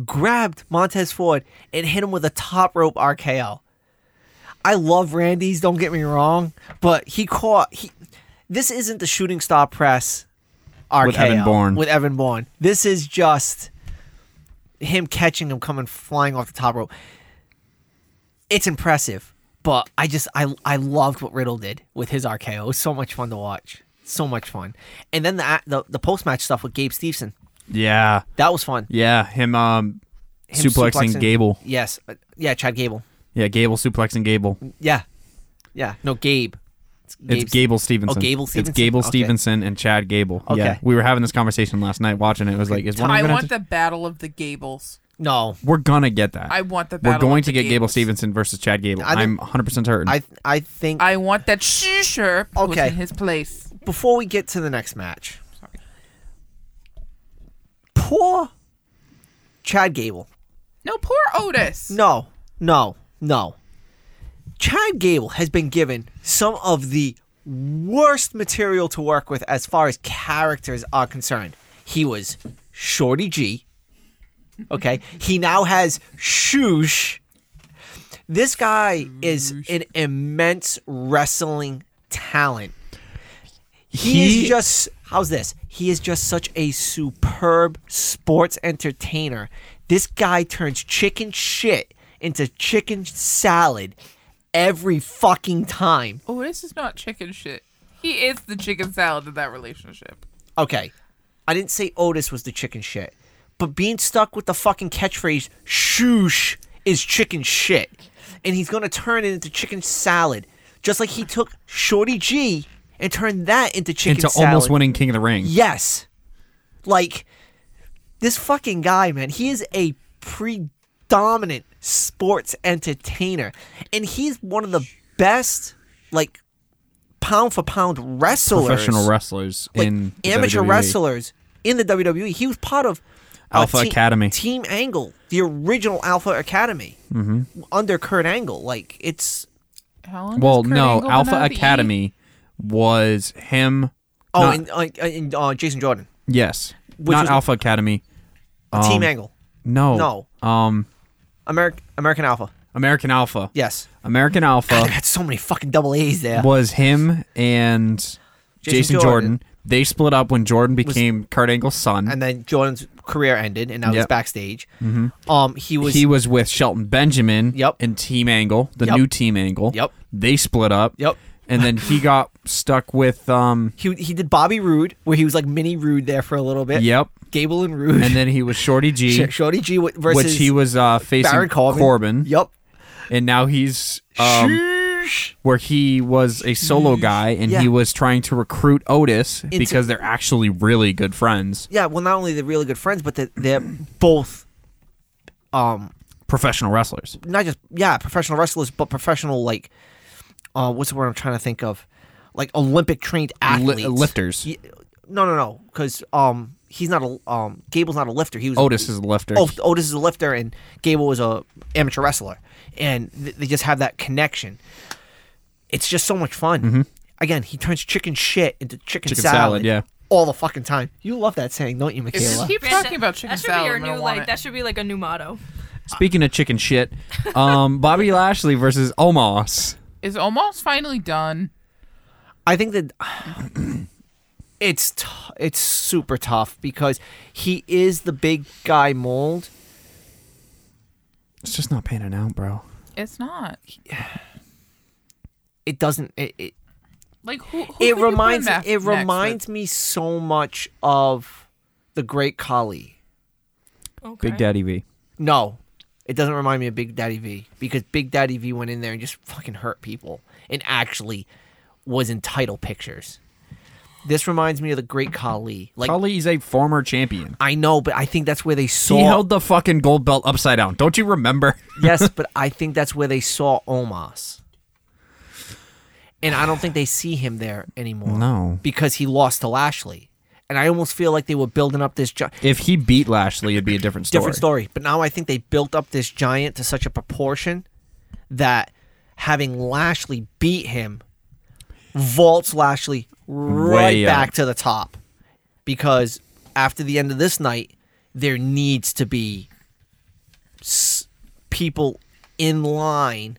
Speaker 2: grabbed Montez Ford, and hit him with a top rope RKO. I love Randy's. Don't get me wrong, but he caught he. This isn't the shooting star press. RKO,
Speaker 1: With Evan Bourne.
Speaker 2: With Evan Bourne, this is just him catching him coming flying off the top rope. It's impressive, but I just I I loved what Riddle did with his RKO. It was so much fun to watch. So much fun. And then the the, the post match stuff with Gabe Stevenson.
Speaker 1: Yeah,
Speaker 2: That was fun.
Speaker 1: yeah. Him um,
Speaker 2: Him
Speaker 1: suplexing, Gable.
Speaker 2: Yes. Uh, Yeah, Chad Gable.
Speaker 1: Yeah, Gable suplexing Gable.
Speaker 2: Yeah. Yeah. No, Gabe.
Speaker 1: It's Gable Stevenson.
Speaker 2: Oh, Gable
Speaker 1: It's
Speaker 2: Stevenson?
Speaker 1: Gable
Speaker 2: Okay.
Speaker 1: Stevenson and Chad Gable.
Speaker 2: Okay.
Speaker 1: Yeah, we were having this conversation last night watching it. It was like, is one of
Speaker 4: I
Speaker 1: them gonna
Speaker 4: want
Speaker 1: have to-
Speaker 4: the battle of the Gables.
Speaker 2: No,
Speaker 1: We're gonna get that.
Speaker 4: I want the
Speaker 1: We're
Speaker 4: Battle
Speaker 1: going
Speaker 4: of
Speaker 1: to
Speaker 4: the
Speaker 1: get Gable
Speaker 4: Gables.
Speaker 1: Stevenson versus Chad Gable.
Speaker 2: I
Speaker 1: I'm
Speaker 2: think-
Speaker 1: 100 percent certain.
Speaker 2: I I think
Speaker 4: I want that Shisher was
Speaker 2: Okay.
Speaker 4: in his place.
Speaker 2: before we get to the next match. Poor Chad Gable.
Speaker 4: No, poor Otis.
Speaker 2: No, no, no. Chad Gable has been given some of the worst material to work with as far as characters are concerned. He was Shorty G. Okay. he now has Shoosh. This guy is an immense wrestling talent. He,
Speaker 1: He-
Speaker 2: is just how's this? He is just such a superb sports entertainer. This guy turns chicken shit into chicken salad every fucking time.
Speaker 4: Otis is not chicken shit. He is the chicken salad of that relationship.
Speaker 2: Okay. I didn't say Otis was the chicken shit, but being stuck with the fucking catchphrase "shoosh" is chicken shit, and he's gonna turn it into chicken salad, just like he took Shorty G and turned that into chicken
Speaker 1: into
Speaker 2: salad.
Speaker 1: almost winning King of the Ring.
Speaker 2: Yes. Like this fucking guy, man, he is a predominant sports entertainer and he's one of the best like pound for pound wrestlers
Speaker 1: Professional wrestlers
Speaker 2: like
Speaker 1: in the E.
Speaker 2: amateur
Speaker 1: WWE.
Speaker 2: wrestlers in the WWE. He was part of uh,
Speaker 1: Alpha
Speaker 2: Te-
Speaker 1: Academy.
Speaker 2: Team Angle, the original Alpha Academy
Speaker 1: Mm-hmm.
Speaker 2: under Kurt Angle. Like it's
Speaker 4: How long
Speaker 1: Well,
Speaker 4: has Kurt
Speaker 1: no,
Speaker 4: Angle been
Speaker 1: Alpha
Speaker 4: out of the E?
Speaker 1: Academy was him.
Speaker 2: oh,
Speaker 1: not-
Speaker 2: and, uh, and uh, Jason Jordan,
Speaker 1: yes,
Speaker 2: Which
Speaker 1: not
Speaker 2: was-
Speaker 1: Alpha Academy.
Speaker 2: Team
Speaker 1: Um,
Speaker 2: Angle,
Speaker 1: No, no. Um,
Speaker 2: American American Alpha.
Speaker 1: American Alpha.
Speaker 2: Yes,
Speaker 1: American Alpha.
Speaker 2: I had so many fucking double A's there.
Speaker 1: was him and Jason, Jordan.
Speaker 2: Jordan.
Speaker 1: They split up when Jordan became Kurt Angle's son.
Speaker 2: and then Jordan's career ended, and now he's
Speaker 1: Yep.
Speaker 2: backstage. Mm-hmm. Um, he was,
Speaker 1: he was with Shelton Benjamin
Speaker 2: Yep.
Speaker 1: and Team Angle, the
Speaker 2: Yep.
Speaker 1: new Team Angle.
Speaker 2: Yep.
Speaker 1: They split up.
Speaker 2: Yep.
Speaker 1: And then he got stuck with um
Speaker 2: he he did Bobby Roode, where he was like mini Roode there for a little bit.
Speaker 1: Yep.
Speaker 2: Gable and Roode,
Speaker 1: And then he was Shorty G,
Speaker 2: Sh- Shorty G w- versus
Speaker 1: which he was uh facing
Speaker 2: Baron Corbin. Yep.
Speaker 1: And now he's um
Speaker 2: Sheesh.
Speaker 1: where he was a solo guy and
Speaker 2: Yeah.
Speaker 1: he was trying to recruit Otis because they're actually really good friends.
Speaker 2: yeah, well, not only they're really good friends, but they're, they're both, um,
Speaker 1: Professional wrestlers.
Speaker 2: not just yeah, professional wrestlers, but professional like, uh, what's the word I'm trying to think of, like Olympic trained athletes,
Speaker 1: uh, lifters.
Speaker 2: Ye- no, no, no, because um, he's not a um, Gable's not a lifter. He was
Speaker 1: Otis is a lifter.
Speaker 2: Oh, Otis is a lifter, and Gable was a amateur wrestler, and th- they just have that connection. It's just so much fun. Again, he turns chicken shit into chicken,
Speaker 1: Mm-hmm. Chicken salad, yeah.
Speaker 2: all the fucking time. You love that saying, don't you,
Speaker 4: It's
Speaker 2: Michaela?
Speaker 4: just keep talking about chicken
Speaker 3: That should
Speaker 4: salad.
Speaker 3: be your
Speaker 4: I'm gonna
Speaker 3: new
Speaker 4: want
Speaker 3: like.
Speaker 4: it.
Speaker 3: That should be like a new motto.
Speaker 1: Speaking of chicken shit, um, Bobby Lashley versus Omos.
Speaker 4: is almost finally done.
Speaker 2: I think that it's t- it's super tough because he is the big guy mold.
Speaker 1: It's just not panning out, bro.
Speaker 4: It's not.
Speaker 2: It doesn't. It it,
Speaker 4: Like who? who
Speaker 2: it
Speaker 4: could you put
Speaker 2: reminds
Speaker 4: him af-
Speaker 2: it
Speaker 4: next with?
Speaker 2: reminds me so much of the Great Khali.
Speaker 3: Okay.
Speaker 1: Big Daddy V.
Speaker 2: No, it doesn't remind me of Big Daddy V because Big Daddy V went in there and just fucking hurt people and actually was in title pictures. This reminds me of the Great Khali. Like
Speaker 1: Probably he's a former champion.
Speaker 2: I know, but I think that's where they saw.
Speaker 1: He held the fucking gold belt upside down. Don't you remember?
Speaker 2: yes, but I think that's where they saw Omos. And I don't think they see him there anymore.
Speaker 1: No.
Speaker 2: Because he lost to Lashley. And I almost feel like they were building up this gi-
Speaker 1: If he beat Lashley, it'd be a different story.
Speaker 2: different story. But now I think they built up this giant to such a proportion that having Lashley beat him vaults Lashley right
Speaker 1: Way up.
Speaker 2: back to the top because after the end of this night, there needs to be s- people in line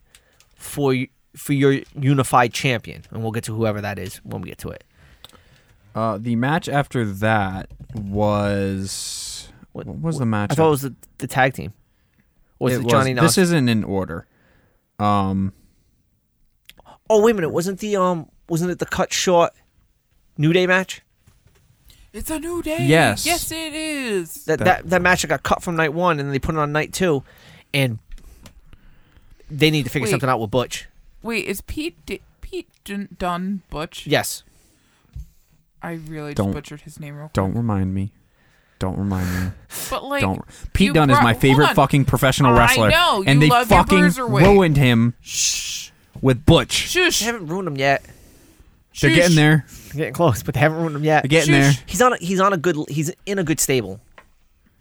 Speaker 2: for y- for your unified champion, and we'll get to whoever that is when we get to it.
Speaker 1: Uh, the match after that was what, was the match?
Speaker 2: I thought it was the, the tag team. Or was it,
Speaker 1: It
Speaker 2: Johnny?
Speaker 1: was- This
Speaker 2: Knoxville?
Speaker 1: isn't in order. Um,
Speaker 2: oh wait a minute, wasn't the um wasn't it the cut short New Day match?
Speaker 4: It's a new day.
Speaker 1: Yes.
Speaker 4: Yes, it is.
Speaker 2: That that, that, match that got cut from night one, and then they put it on night two, and they need to figure
Speaker 4: Wait.
Speaker 2: something out with Butch.
Speaker 4: Wait, is Pete D- Pete Dun- Dunn Butch?
Speaker 2: Yes,
Speaker 4: I really
Speaker 1: Don't-
Speaker 4: just butchered his name real quick.
Speaker 1: don't remind me. Don't remind me.
Speaker 4: But like,
Speaker 1: Don't. Pete
Speaker 4: you
Speaker 1: Dunne is
Speaker 4: brought-
Speaker 1: my favorite
Speaker 4: hold on.
Speaker 1: fucking professional
Speaker 4: I
Speaker 1: wrestler.
Speaker 4: know,
Speaker 1: and
Speaker 4: you
Speaker 1: they
Speaker 4: love your
Speaker 1: fucking
Speaker 4: bruiserweight.
Speaker 1: ruined him
Speaker 4: Shh.
Speaker 1: with Butch.
Speaker 4: Shush.
Speaker 2: they haven't ruined him yet.
Speaker 1: They're
Speaker 4: shush.
Speaker 1: getting there.
Speaker 2: They're getting close, but they haven't ruined him yet.
Speaker 1: They're getting
Speaker 4: Shush.
Speaker 1: there.
Speaker 2: He's on. A, he's on a good. He's in a good stable.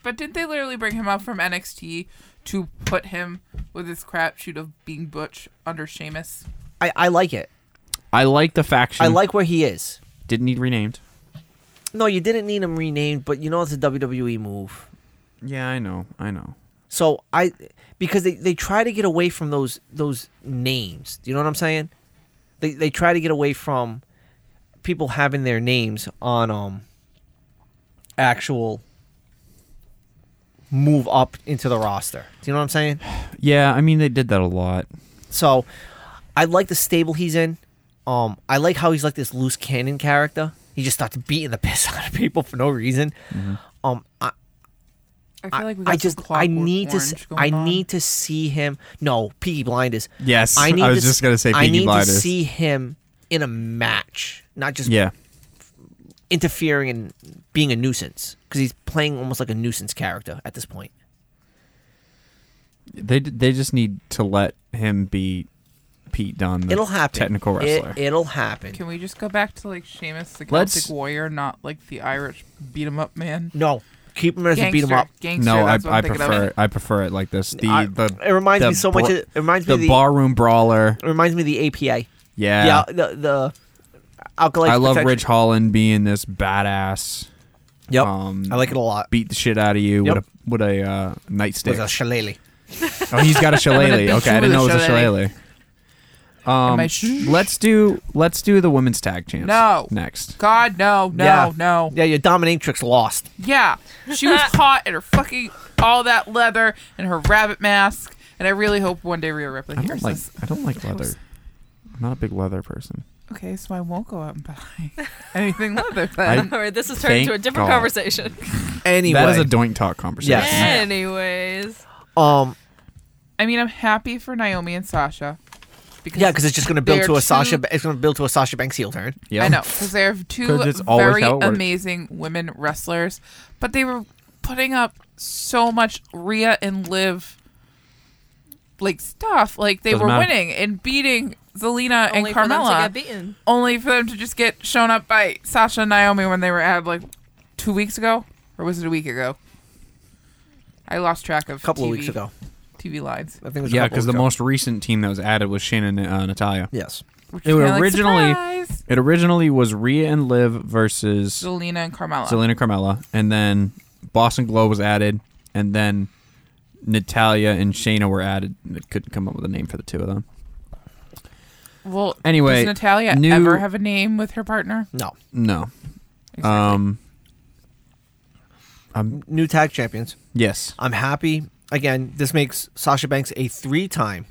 Speaker 4: But didn't they literally bring him up from NXT to put him with his crapshoot of being Butch under Sheamus?
Speaker 2: I, I like it.
Speaker 1: I like the faction.
Speaker 2: I like where he is.
Speaker 1: Didn't need renamed.
Speaker 2: No, you didn't need him renamed, but you know it's a WWE move.
Speaker 1: Yeah, I know. I know.
Speaker 2: So I because they, they try to get away from those those names. Do you know what I'm saying? They they try to get away from people having their names on um actual move up into the roster. Do you know what I'm saying?
Speaker 1: Yeah, I mean they did that a lot.
Speaker 2: So I like the stable he's in. Um, I like how he's like this loose cannon character. He just starts beating the piss out of people for no reason. Um, I,
Speaker 4: I feel
Speaker 2: I,
Speaker 4: like we got
Speaker 2: I
Speaker 4: some
Speaker 2: just I
Speaker 4: Clockwork
Speaker 2: need to s-
Speaker 4: Orange going
Speaker 2: I
Speaker 4: on.
Speaker 2: need to see him. No, Peaky Blinders.
Speaker 1: Yes, I was
Speaker 2: s-
Speaker 1: just gonna say
Speaker 2: I
Speaker 1: Peaky
Speaker 2: need to
Speaker 1: Blinders.
Speaker 2: see him in a match, not just
Speaker 1: Yeah.
Speaker 2: interfering and being a nuisance because he's playing almost like a nuisance character at this point.
Speaker 1: They they just need to let him be Pete Dunne. the
Speaker 2: It'll happen.
Speaker 1: Technical wrestler.
Speaker 2: It, will happen.
Speaker 4: Can we just go back to like Sheamus, the Celtic
Speaker 1: Let's-
Speaker 4: warrior, not like the Irish beat 'em up man?
Speaker 2: no, keep him as a beat him up.
Speaker 4: Gangster,
Speaker 1: no, I,
Speaker 4: that's what
Speaker 1: I
Speaker 4: I'm thinking of.
Speaker 1: prefer it. I prefer it like this. The
Speaker 2: I-
Speaker 1: the
Speaker 2: it reminds
Speaker 1: the
Speaker 2: me so much
Speaker 1: bra-
Speaker 2: of- it reminds me
Speaker 1: the,
Speaker 2: of the-
Speaker 1: barroom brawler.
Speaker 2: It reminds me of the APA.
Speaker 1: Yeah,
Speaker 2: Yeah, the the alkali.
Speaker 1: I love
Speaker 2: protection.
Speaker 1: Ridge Holland being this badass.
Speaker 2: Yep,
Speaker 1: um,
Speaker 2: I like it a lot.
Speaker 1: Beat the shit out of you
Speaker 2: Yep.
Speaker 1: with a with a uh, nightstick.
Speaker 2: With a shillelagh.
Speaker 1: oh, he's got a
Speaker 4: beat
Speaker 1: shillelagh. okay,
Speaker 4: you
Speaker 1: I didn't know
Speaker 4: with
Speaker 1: it
Speaker 4: a
Speaker 1: was a
Speaker 4: shillelagh.
Speaker 1: shillelagh. Um,
Speaker 4: I sh-
Speaker 1: let's do let's do the women's tag champs.
Speaker 4: No.
Speaker 1: next.
Speaker 4: God, no, no,
Speaker 2: yeah.
Speaker 4: no.
Speaker 2: Yeah, your dominatrix lost.
Speaker 4: Yeah, she was caught in her fucking all that leather and her rabbit mask, and I really hope one day Rhea Ripley
Speaker 1: I
Speaker 4: hears
Speaker 1: don't like
Speaker 4: this.
Speaker 1: I don't like leather.
Speaker 4: was-
Speaker 1: I'm not a big leather person.
Speaker 4: Okay, so I won't go out and buy anything leather
Speaker 1: I-
Speaker 4: then.
Speaker 3: All right, this is turning into a
Speaker 1: Thank
Speaker 3: different
Speaker 1: God.
Speaker 3: conversation.
Speaker 2: Anyway,
Speaker 1: That is a doink talk conversation.
Speaker 2: Yes.
Speaker 3: Anyways,
Speaker 2: um,
Speaker 4: I, mean, I'm happy for Naomi and Sasha. Because
Speaker 2: yeah, because it's just going to build
Speaker 4: they're
Speaker 2: to a Sasha.
Speaker 4: two-
Speaker 2: It's going to build to a Sasha Banks heel turn.
Speaker 1: Yeah.
Speaker 4: I know because they have two
Speaker 1: 'Cause it's always
Speaker 4: very
Speaker 1: how it works.
Speaker 4: amazing women wrestlers, but they were putting up so much Rhea and Liv like stuff. Like they
Speaker 1: Doesn't
Speaker 4: were
Speaker 1: matter.
Speaker 4: winning and beating Zelina and
Speaker 3: only for them to
Speaker 4: Carmella,
Speaker 3: get beaten.
Speaker 4: only for them to just get shown up by Sasha and Naomi when they were at like two weeks ago, or was it a week ago? I lost track of
Speaker 2: A couple
Speaker 4: TV,
Speaker 2: of weeks ago,
Speaker 4: TV lines.
Speaker 2: I think. It was a
Speaker 1: Yeah,
Speaker 2: couple
Speaker 1: because the
Speaker 2: weeks ago.
Speaker 1: most recent team that was added was Shannon and uh, Natalia.
Speaker 2: Yes.
Speaker 4: Which
Speaker 1: They
Speaker 4: was
Speaker 1: were
Speaker 4: kinda like,
Speaker 1: originally-
Speaker 4: "Surprise!"
Speaker 1: It originally was Rhea and Liv versus
Speaker 4: Zelina and Carmella.
Speaker 1: Selena Carmella, and then Boston Glow was added, and then Natalia and Shayna were added. I couldn't come up with a name for the two of them.
Speaker 4: Well,
Speaker 1: Anyway,
Speaker 4: does Natalia
Speaker 1: new-
Speaker 4: ever have a name with her partner?
Speaker 2: No.
Speaker 1: No.
Speaker 4: Exactly.
Speaker 1: Um. Um.
Speaker 2: New tag champions.
Speaker 1: Yes.
Speaker 2: I'm happy. Again, this makes Sasha Banks a three-time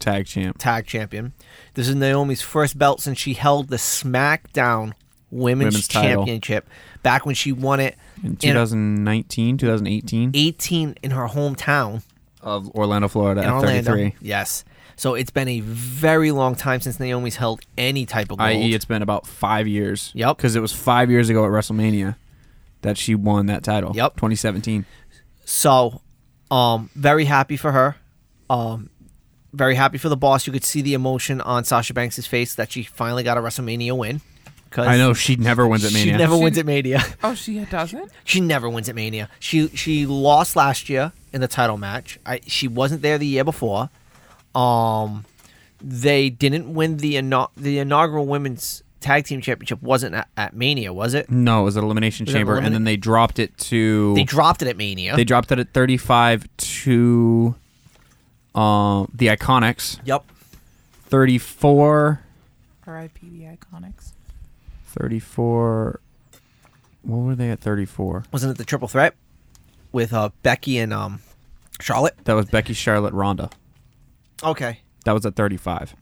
Speaker 1: Tag champ.
Speaker 2: tag champion. This is Naomi's first belt since she held the SmackDown Women's,
Speaker 1: Women's title.
Speaker 2: Championship back when she won it
Speaker 1: In
Speaker 2: in
Speaker 1: 2019, 2018,
Speaker 2: 18 in her hometown
Speaker 1: of Orlando, Florida,
Speaker 2: in
Speaker 1: at
Speaker 2: Orlando.
Speaker 1: 33.
Speaker 2: Yes. So it's been a very long time since Naomi's held any type of gold.
Speaker 1: I.e., E, it's been about five years.
Speaker 2: Yep.
Speaker 1: Because it was five years ago at WrestleMania that she won that title.
Speaker 2: Yep.
Speaker 1: 2017.
Speaker 2: So, um, very happy for her. Um, very happy for the boss. You could see the emotion on Sasha Banks' face that she finally got a WrestleMania win. 'Cause
Speaker 1: I know she never wins at
Speaker 2: she
Speaker 1: Mania.
Speaker 2: never
Speaker 4: She-
Speaker 2: wins at Mania.
Speaker 4: Oh, she doesn't.
Speaker 2: She never wins at Mania. She she lost last year in the title match. I, she wasn't there the year before. Um, they didn't win the ina- the inaugural women's tag team championship. wasn't at, at Mania, was it?
Speaker 1: No, it was an elimination
Speaker 2: it
Speaker 1: chamber,
Speaker 2: elimin-
Speaker 1: and then they dropped it to
Speaker 2: They dropped it at Mania.
Speaker 1: They dropped it at 35 to um, the Iconics
Speaker 2: yep.
Speaker 1: 34,
Speaker 4: R.I.P. the Iconics.
Speaker 1: 34. What were they at 34?
Speaker 2: Wasn't it the triple threat with uh, Becky and um, Charlotte?
Speaker 1: That was Becky, Charlotte, Ronda.
Speaker 2: Okay.
Speaker 1: That was at 35.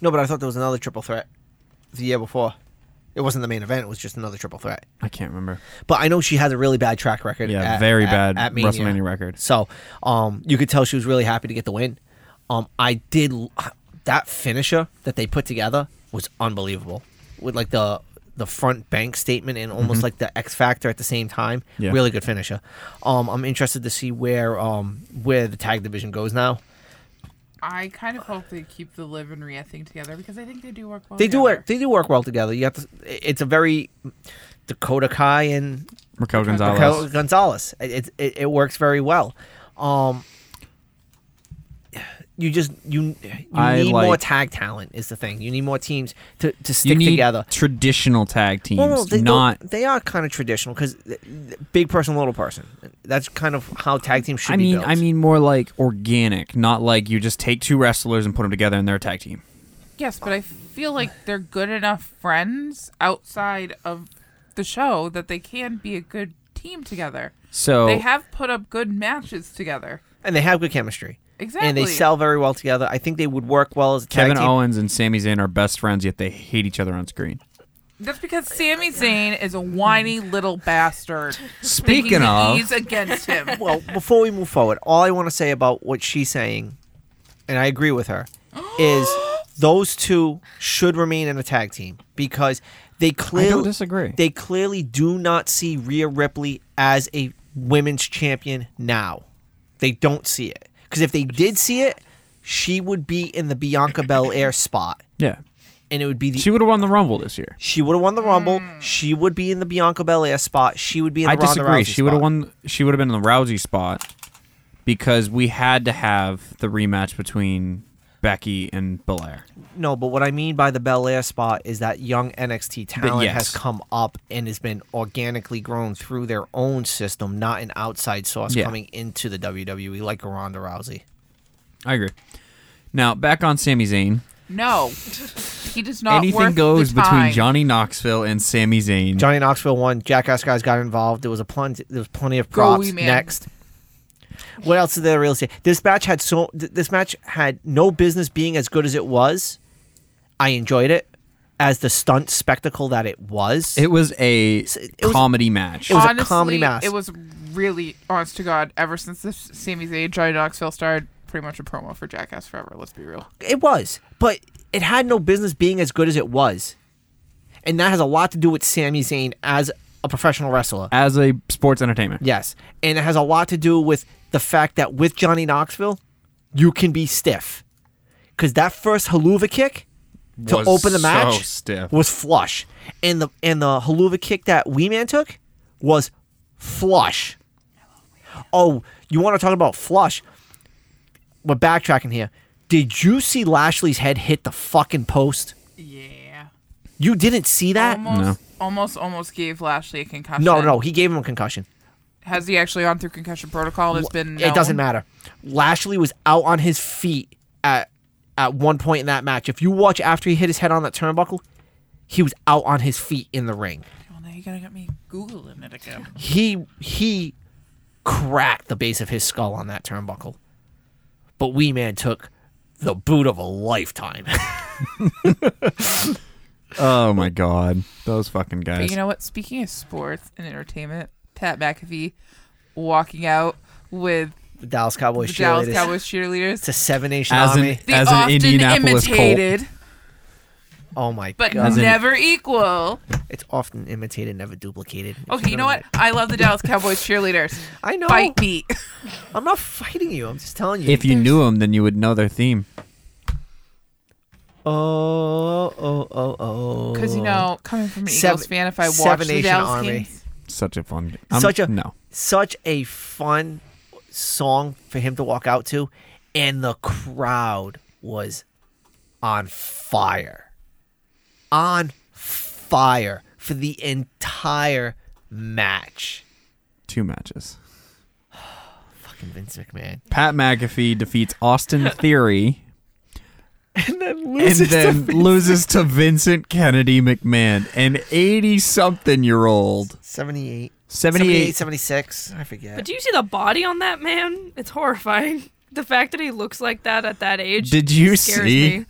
Speaker 2: No, but I thought there was another triple threat the year before. It wasn't the main event. It was just another triple threat.
Speaker 1: I can't remember.
Speaker 2: But I know she has a really bad track record.
Speaker 1: Yeah,
Speaker 2: at-
Speaker 1: very
Speaker 2: at-
Speaker 1: bad
Speaker 2: at Mania.
Speaker 1: WrestleMania record.
Speaker 2: So, um, you could tell she was really happy to get the win. Um, I did that finisher that they put together was unbelievable with like the the front bank statement and almost like the X Factor at the same time.
Speaker 1: Yeah.
Speaker 2: Really good finisher. Um, I'm interested to see where um where the tag division goes now.
Speaker 4: I kind of hope they keep the Liv and Rhea thing together because I think they do work well.
Speaker 2: They do
Speaker 4: together.
Speaker 2: work. They do work well together. You have to. It's a very Dakota Kai and
Speaker 1: Raquel Gonzalez.
Speaker 2: Raquel Gonzalez. It, it, it works very well. Um, you just you, you
Speaker 1: I
Speaker 2: need
Speaker 1: like-
Speaker 2: more tag talent is the thing. You need more teams to, to stick
Speaker 1: you need
Speaker 2: together.
Speaker 1: traditional tag teams,
Speaker 2: Well, no, they,
Speaker 1: not.
Speaker 2: they are kind of traditional because big person, little person. That's kind of how tag teams should
Speaker 1: I
Speaker 2: be
Speaker 1: mean,
Speaker 2: built.
Speaker 1: I mean more like organic, not like you just take two wrestlers and put them together and they're a tag team.
Speaker 4: Yes, but I feel like they're good enough friends outside of the show that they can be a good team together.
Speaker 1: So
Speaker 4: They have put up good matches together.
Speaker 2: and they have good chemistry.
Speaker 4: Exactly.
Speaker 2: And they sell very well together. I think they would work well as a tag
Speaker 1: Kevin
Speaker 2: team.
Speaker 1: Owens and Sami Zayn are best friends, yet they hate each other on screen.
Speaker 4: That's because Sami Zayn is a whiny little bastard.
Speaker 1: Speaking
Speaker 4: thinking that
Speaker 1: of-
Speaker 4: he's against him.
Speaker 2: well, before we move forward, all I want to say about what she's saying, and I agree with her, is those two should remain in a tag team because they clearly
Speaker 1: disagree.
Speaker 2: They clearly do not see Rhea Ripley as a women's champion now. They don't see it because if they did see it, she would be in the Bianca Belair spot,
Speaker 1: Yeah,
Speaker 2: and it would be the.
Speaker 1: she would have won the Rumble this year.
Speaker 2: She would have won the Rumble. She would be in the Bianca Belair spot. She would be in the
Speaker 1: I
Speaker 2: Ronda
Speaker 1: disagree.
Speaker 2: Rousey
Speaker 1: She would have
Speaker 2: spot.
Speaker 1: won. She would have been in the Rousey spot because we had to have the rematch between Becky and Belair.
Speaker 2: No, but what I mean by the Bel Air spot is that young NXT talent
Speaker 1: yes.
Speaker 2: has come up and has been organically grown through their own system, not an outside source
Speaker 1: Yeah.
Speaker 2: coming into the WWE like a Ronda Rousey.
Speaker 1: I agree. Now back on Sami Zayn.
Speaker 4: No, he does not.
Speaker 1: Anything
Speaker 4: worth
Speaker 1: goes
Speaker 4: the
Speaker 1: between
Speaker 4: time.
Speaker 1: Johnny Knoxville and Sami Zayn.
Speaker 2: Johnny Knoxville won. Jackass guys got involved. There was a plenty. There was plenty of
Speaker 4: Go
Speaker 2: props.
Speaker 4: wee man.
Speaker 2: Next, what else did they really say? This match had so. th- This match had no business being as good as it was. I enjoyed it as the stunt spectacle that it was.
Speaker 1: it was a
Speaker 2: it was-
Speaker 1: comedy match.
Speaker 2: it was a
Speaker 4: Honestly,
Speaker 2: comedy mask.
Speaker 4: It was really honest to God. Ever since the Sami Zayn Johnny Knoxville started, pretty much a promo for Jackass Forever. Let's be real.
Speaker 2: It was, but it had no business being as good as it was, and that has a lot to do with Sami Zayn as a professional wrestler.
Speaker 1: as a sports entertainment.
Speaker 2: Yes, and it has a lot to do with the fact that with Johnny Knoxville, you can be stiff, because that first haluva kick to
Speaker 1: Was
Speaker 2: open the
Speaker 1: so
Speaker 2: match
Speaker 1: stiff.
Speaker 2: was flush, and the and the haluva kick that Wee Man took was flush. Oh, you want to talk about flush? We're backtracking here. Did you see Lashley's head hit the fucking post?
Speaker 4: Yeah.
Speaker 2: You didn't see that?
Speaker 4: Almost, almost, almost gave Lashley a concussion.
Speaker 2: No, no, no. He gave him a concussion.
Speaker 4: Has he actually gone through concussion protocol? It's been.
Speaker 2: It doesn't
Speaker 4: known?
Speaker 2: matter. Lashley was out on his feet at at one point in that match. If you watch after he hit his head on that turnbuckle, he was out on his feet in the ring.
Speaker 4: Well, Oh, now you gotta get me googling it again.
Speaker 2: He he cracked the base of his skull on that turnbuckle. But Wee Man took the boot of a lifetime.
Speaker 1: Oh my god, those fucking guys.
Speaker 4: But you know what? Speaking of sports and entertainment, Pat McAfee walking out with
Speaker 2: the Dallas Cowboys
Speaker 4: the Dallas
Speaker 2: cheerleaders.
Speaker 4: Cowboys cheerleaders.
Speaker 2: It's a seven nation
Speaker 1: As an-
Speaker 2: army.
Speaker 4: the
Speaker 1: As an
Speaker 4: often
Speaker 1: Indianapolis Colt.
Speaker 4: imitated,
Speaker 2: oh my
Speaker 4: but
Speaker 2: god.
Speaker 1: an-
Speaker 4: never equal.
Speaker 2: it's often imitated, never duplicated.
Speaker 4: Okay, you know what? I love the Dallas Cowboys cheerleaders.
Speaker 2: I know.
Speaker 4: Bite me.
Speaker 2: I'm not fighting you. I'm just telling you.
Speaker 1: if you knew them, then you would know their theme.
Speaker 2: oh, oh, oh, oh.
Speaker 4: Because, you know, coming from an Eagles
Speaker 2: Seven-
Speaker 4: fan, if I watch
Speaker 2: Seven
Speaker 4: the
Speaker 2: Nation
Speaker 4: Dallas
Speaker 2: Army.
Speaker 4: Kings,
Speaker 1: Such a fun. Um,
Speaker 2: such a
Speaker 1: no.
Speaker 2: such a fun song for him to walk out to, and the crowd was on fire, on fire for the entire match.
Speaker 1: Two matches.
Speaker 2: Fucking Vince McMahon.
Speaker 1: Pat McAfee defeats Austin Theory
Speaker 2: and then
Speaker 1: and
Speaker 2: loses
Speaker 1: then
Speaker 2: to
Speaker 1: loses to Vincent Kennedy McMahon, an 80 something year old.
Speaker 2: 78.
Speaker 1: 78.
Speaker 2: 76. I forget.
Speaker 5: But do you see the body on that man? It's horrifying. The fact that he looks like that at that age.
Speaker 1: Did you
Speaker 5: scares
Speaker 1: see
Speaker 5: Me.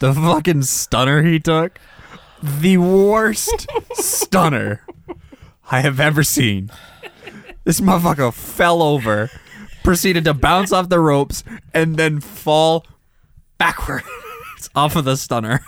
Speaker 1: the fucking stunner he took? The worst stunner I have ever seen. This motherfucker fell over, proceeded to bounce off the ropes, and then fall backwards off of the stunner.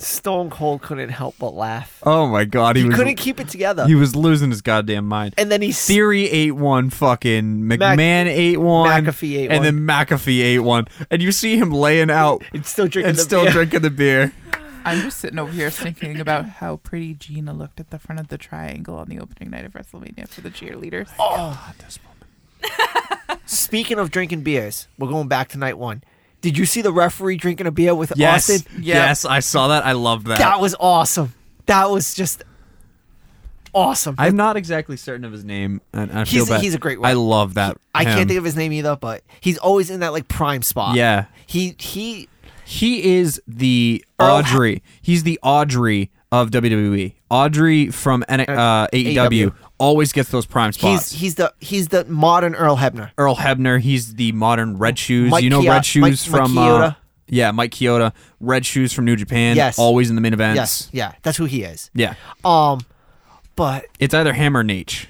Speaker 2: Stone Cold couldn't help but laugh.
Speaker 1: Oh my god, he,
Speaker 2: He
Speaker 1: was
Speaker 2: couldn't keep it together.
Speaker 1: he was losing his goddamn mind.
Speaker 2: and then he s-
Speaker 1: Theory eight one, fucking McMahon eight one,
Speaker 2: McAfee ate
Speaker 1: and
Speaker 2: one.
Speaker 1: then McAfee eight one, and you see him laying out
Speaker 2: it's still drinking
Speaker 1: and
Speaker 2: the
Speaker 1: still
Speaker 2: beer.
Speaker 1: drinking the beer.
Speaker 4: I'm just sitting over here thinking about how pretty Gina looked at the front of the triangle on the opening night of WrestleMania for the cheerleaders.
Speaker 2: Speaking of drinking beers, we're going back to night one. Did you see the referee drinking a beer with
Speaker 1: Yes,
Speaker 2: Austin?
Speaker 1: yes, I saw that. I loved that.
Speaker 2: That was awesome. That was just awesome.
Speaker 1: I'm not exactly certain of his name, and I feel
Speaker 2: He's-
Speaker 1: bad.
Speaker 2: he's a great
Speaker 1: I
Speaker 2: one.
Speaker 1: love that.
Speaker 2: I
Speaker 1: him.
Speaker 2: can't think of his name either, but he's always in that like prime spot.
Speaker 1: Yeah.
Speaker 2: He he
Speaker 1: He is the
Speaker 2: Earl-
Speaker 1: Audrey. He's the Audrey of WWE. Audrey from N- uh, AEW
Speaker 2: AEW.
Speaker 1: always gets those prime spots.
Speaker 2: E he's he's the he's the modern Earl Hebner.
Speaker 1: Earl Hebner. He's the modern Red Shoes.
Speaker 2: Mike
Speaker 1: you know
Speaker 2: Chio-
Speaker 1: Red Shoes
Speaker 2: Mike- Mike
Speaker 1: from uh,
Speaker 2: Chioda.
Speaker 1: yeah, Mike Kyoto. Red Shoes from New Japan.
Speaker 2: Yes.
Speaker 1: always in the main events.
Speaker 2: Yes. Yeah, that's who he is.
Speaker 1: Yeah,
Speaker 2: Um but
Speaker 1: it's either him or Nate.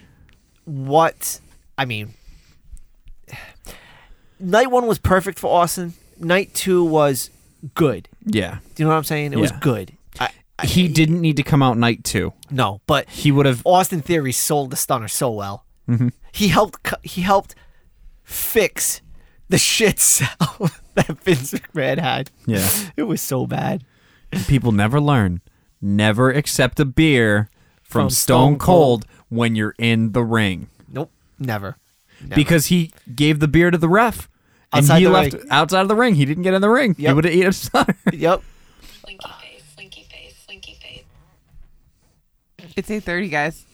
Speaker 2: what I mean Night one was perfect for Austin. Night two was good.
Speaker 1: Yeah,
Speaker 2: Do you know what I'm saying? It was
Speaker 1: Yeah.
Speaker 2: good. I,
Speaker 1: he didn't need to come out night two.
Speaker 2: no, but
Speaker 1: He would have.
Speaker 2: Austin Theory sold the stunner so well.
Speaker 1: Mm-hmm.
Speaker 2: He helped. cu- He helped fix the shit cell that Vince McMahon had.
Speaker 1: Yeah.
Speaker 2: it was so bad.
Speaker 1: People never learn. Never accept a beer from,
Speaker 2: From
Speaker 1: Stone
Speaker 2: Stone
Speaker 1: Cold
Speaker 2: Cold.
Speaker 1: when you're in the ring.
Speaker 2: Nope, never. Never.
Speaker 1: because he gave the beer to the ref. And
Speaker 2: Outside
Speaker 1: he
Speaker 2: the
Speaker 1: left
Speaker 2: ring.
Speaker 1: outside of the ring. He didn't get in the ring. He
Speaker 2: Yep.
Speaker 1: would have eaten a stunner.
Speaker 2: yep,
Speaker 6: Winky face, winky face, winky face.
Speaker 4: It's 8:30, guys.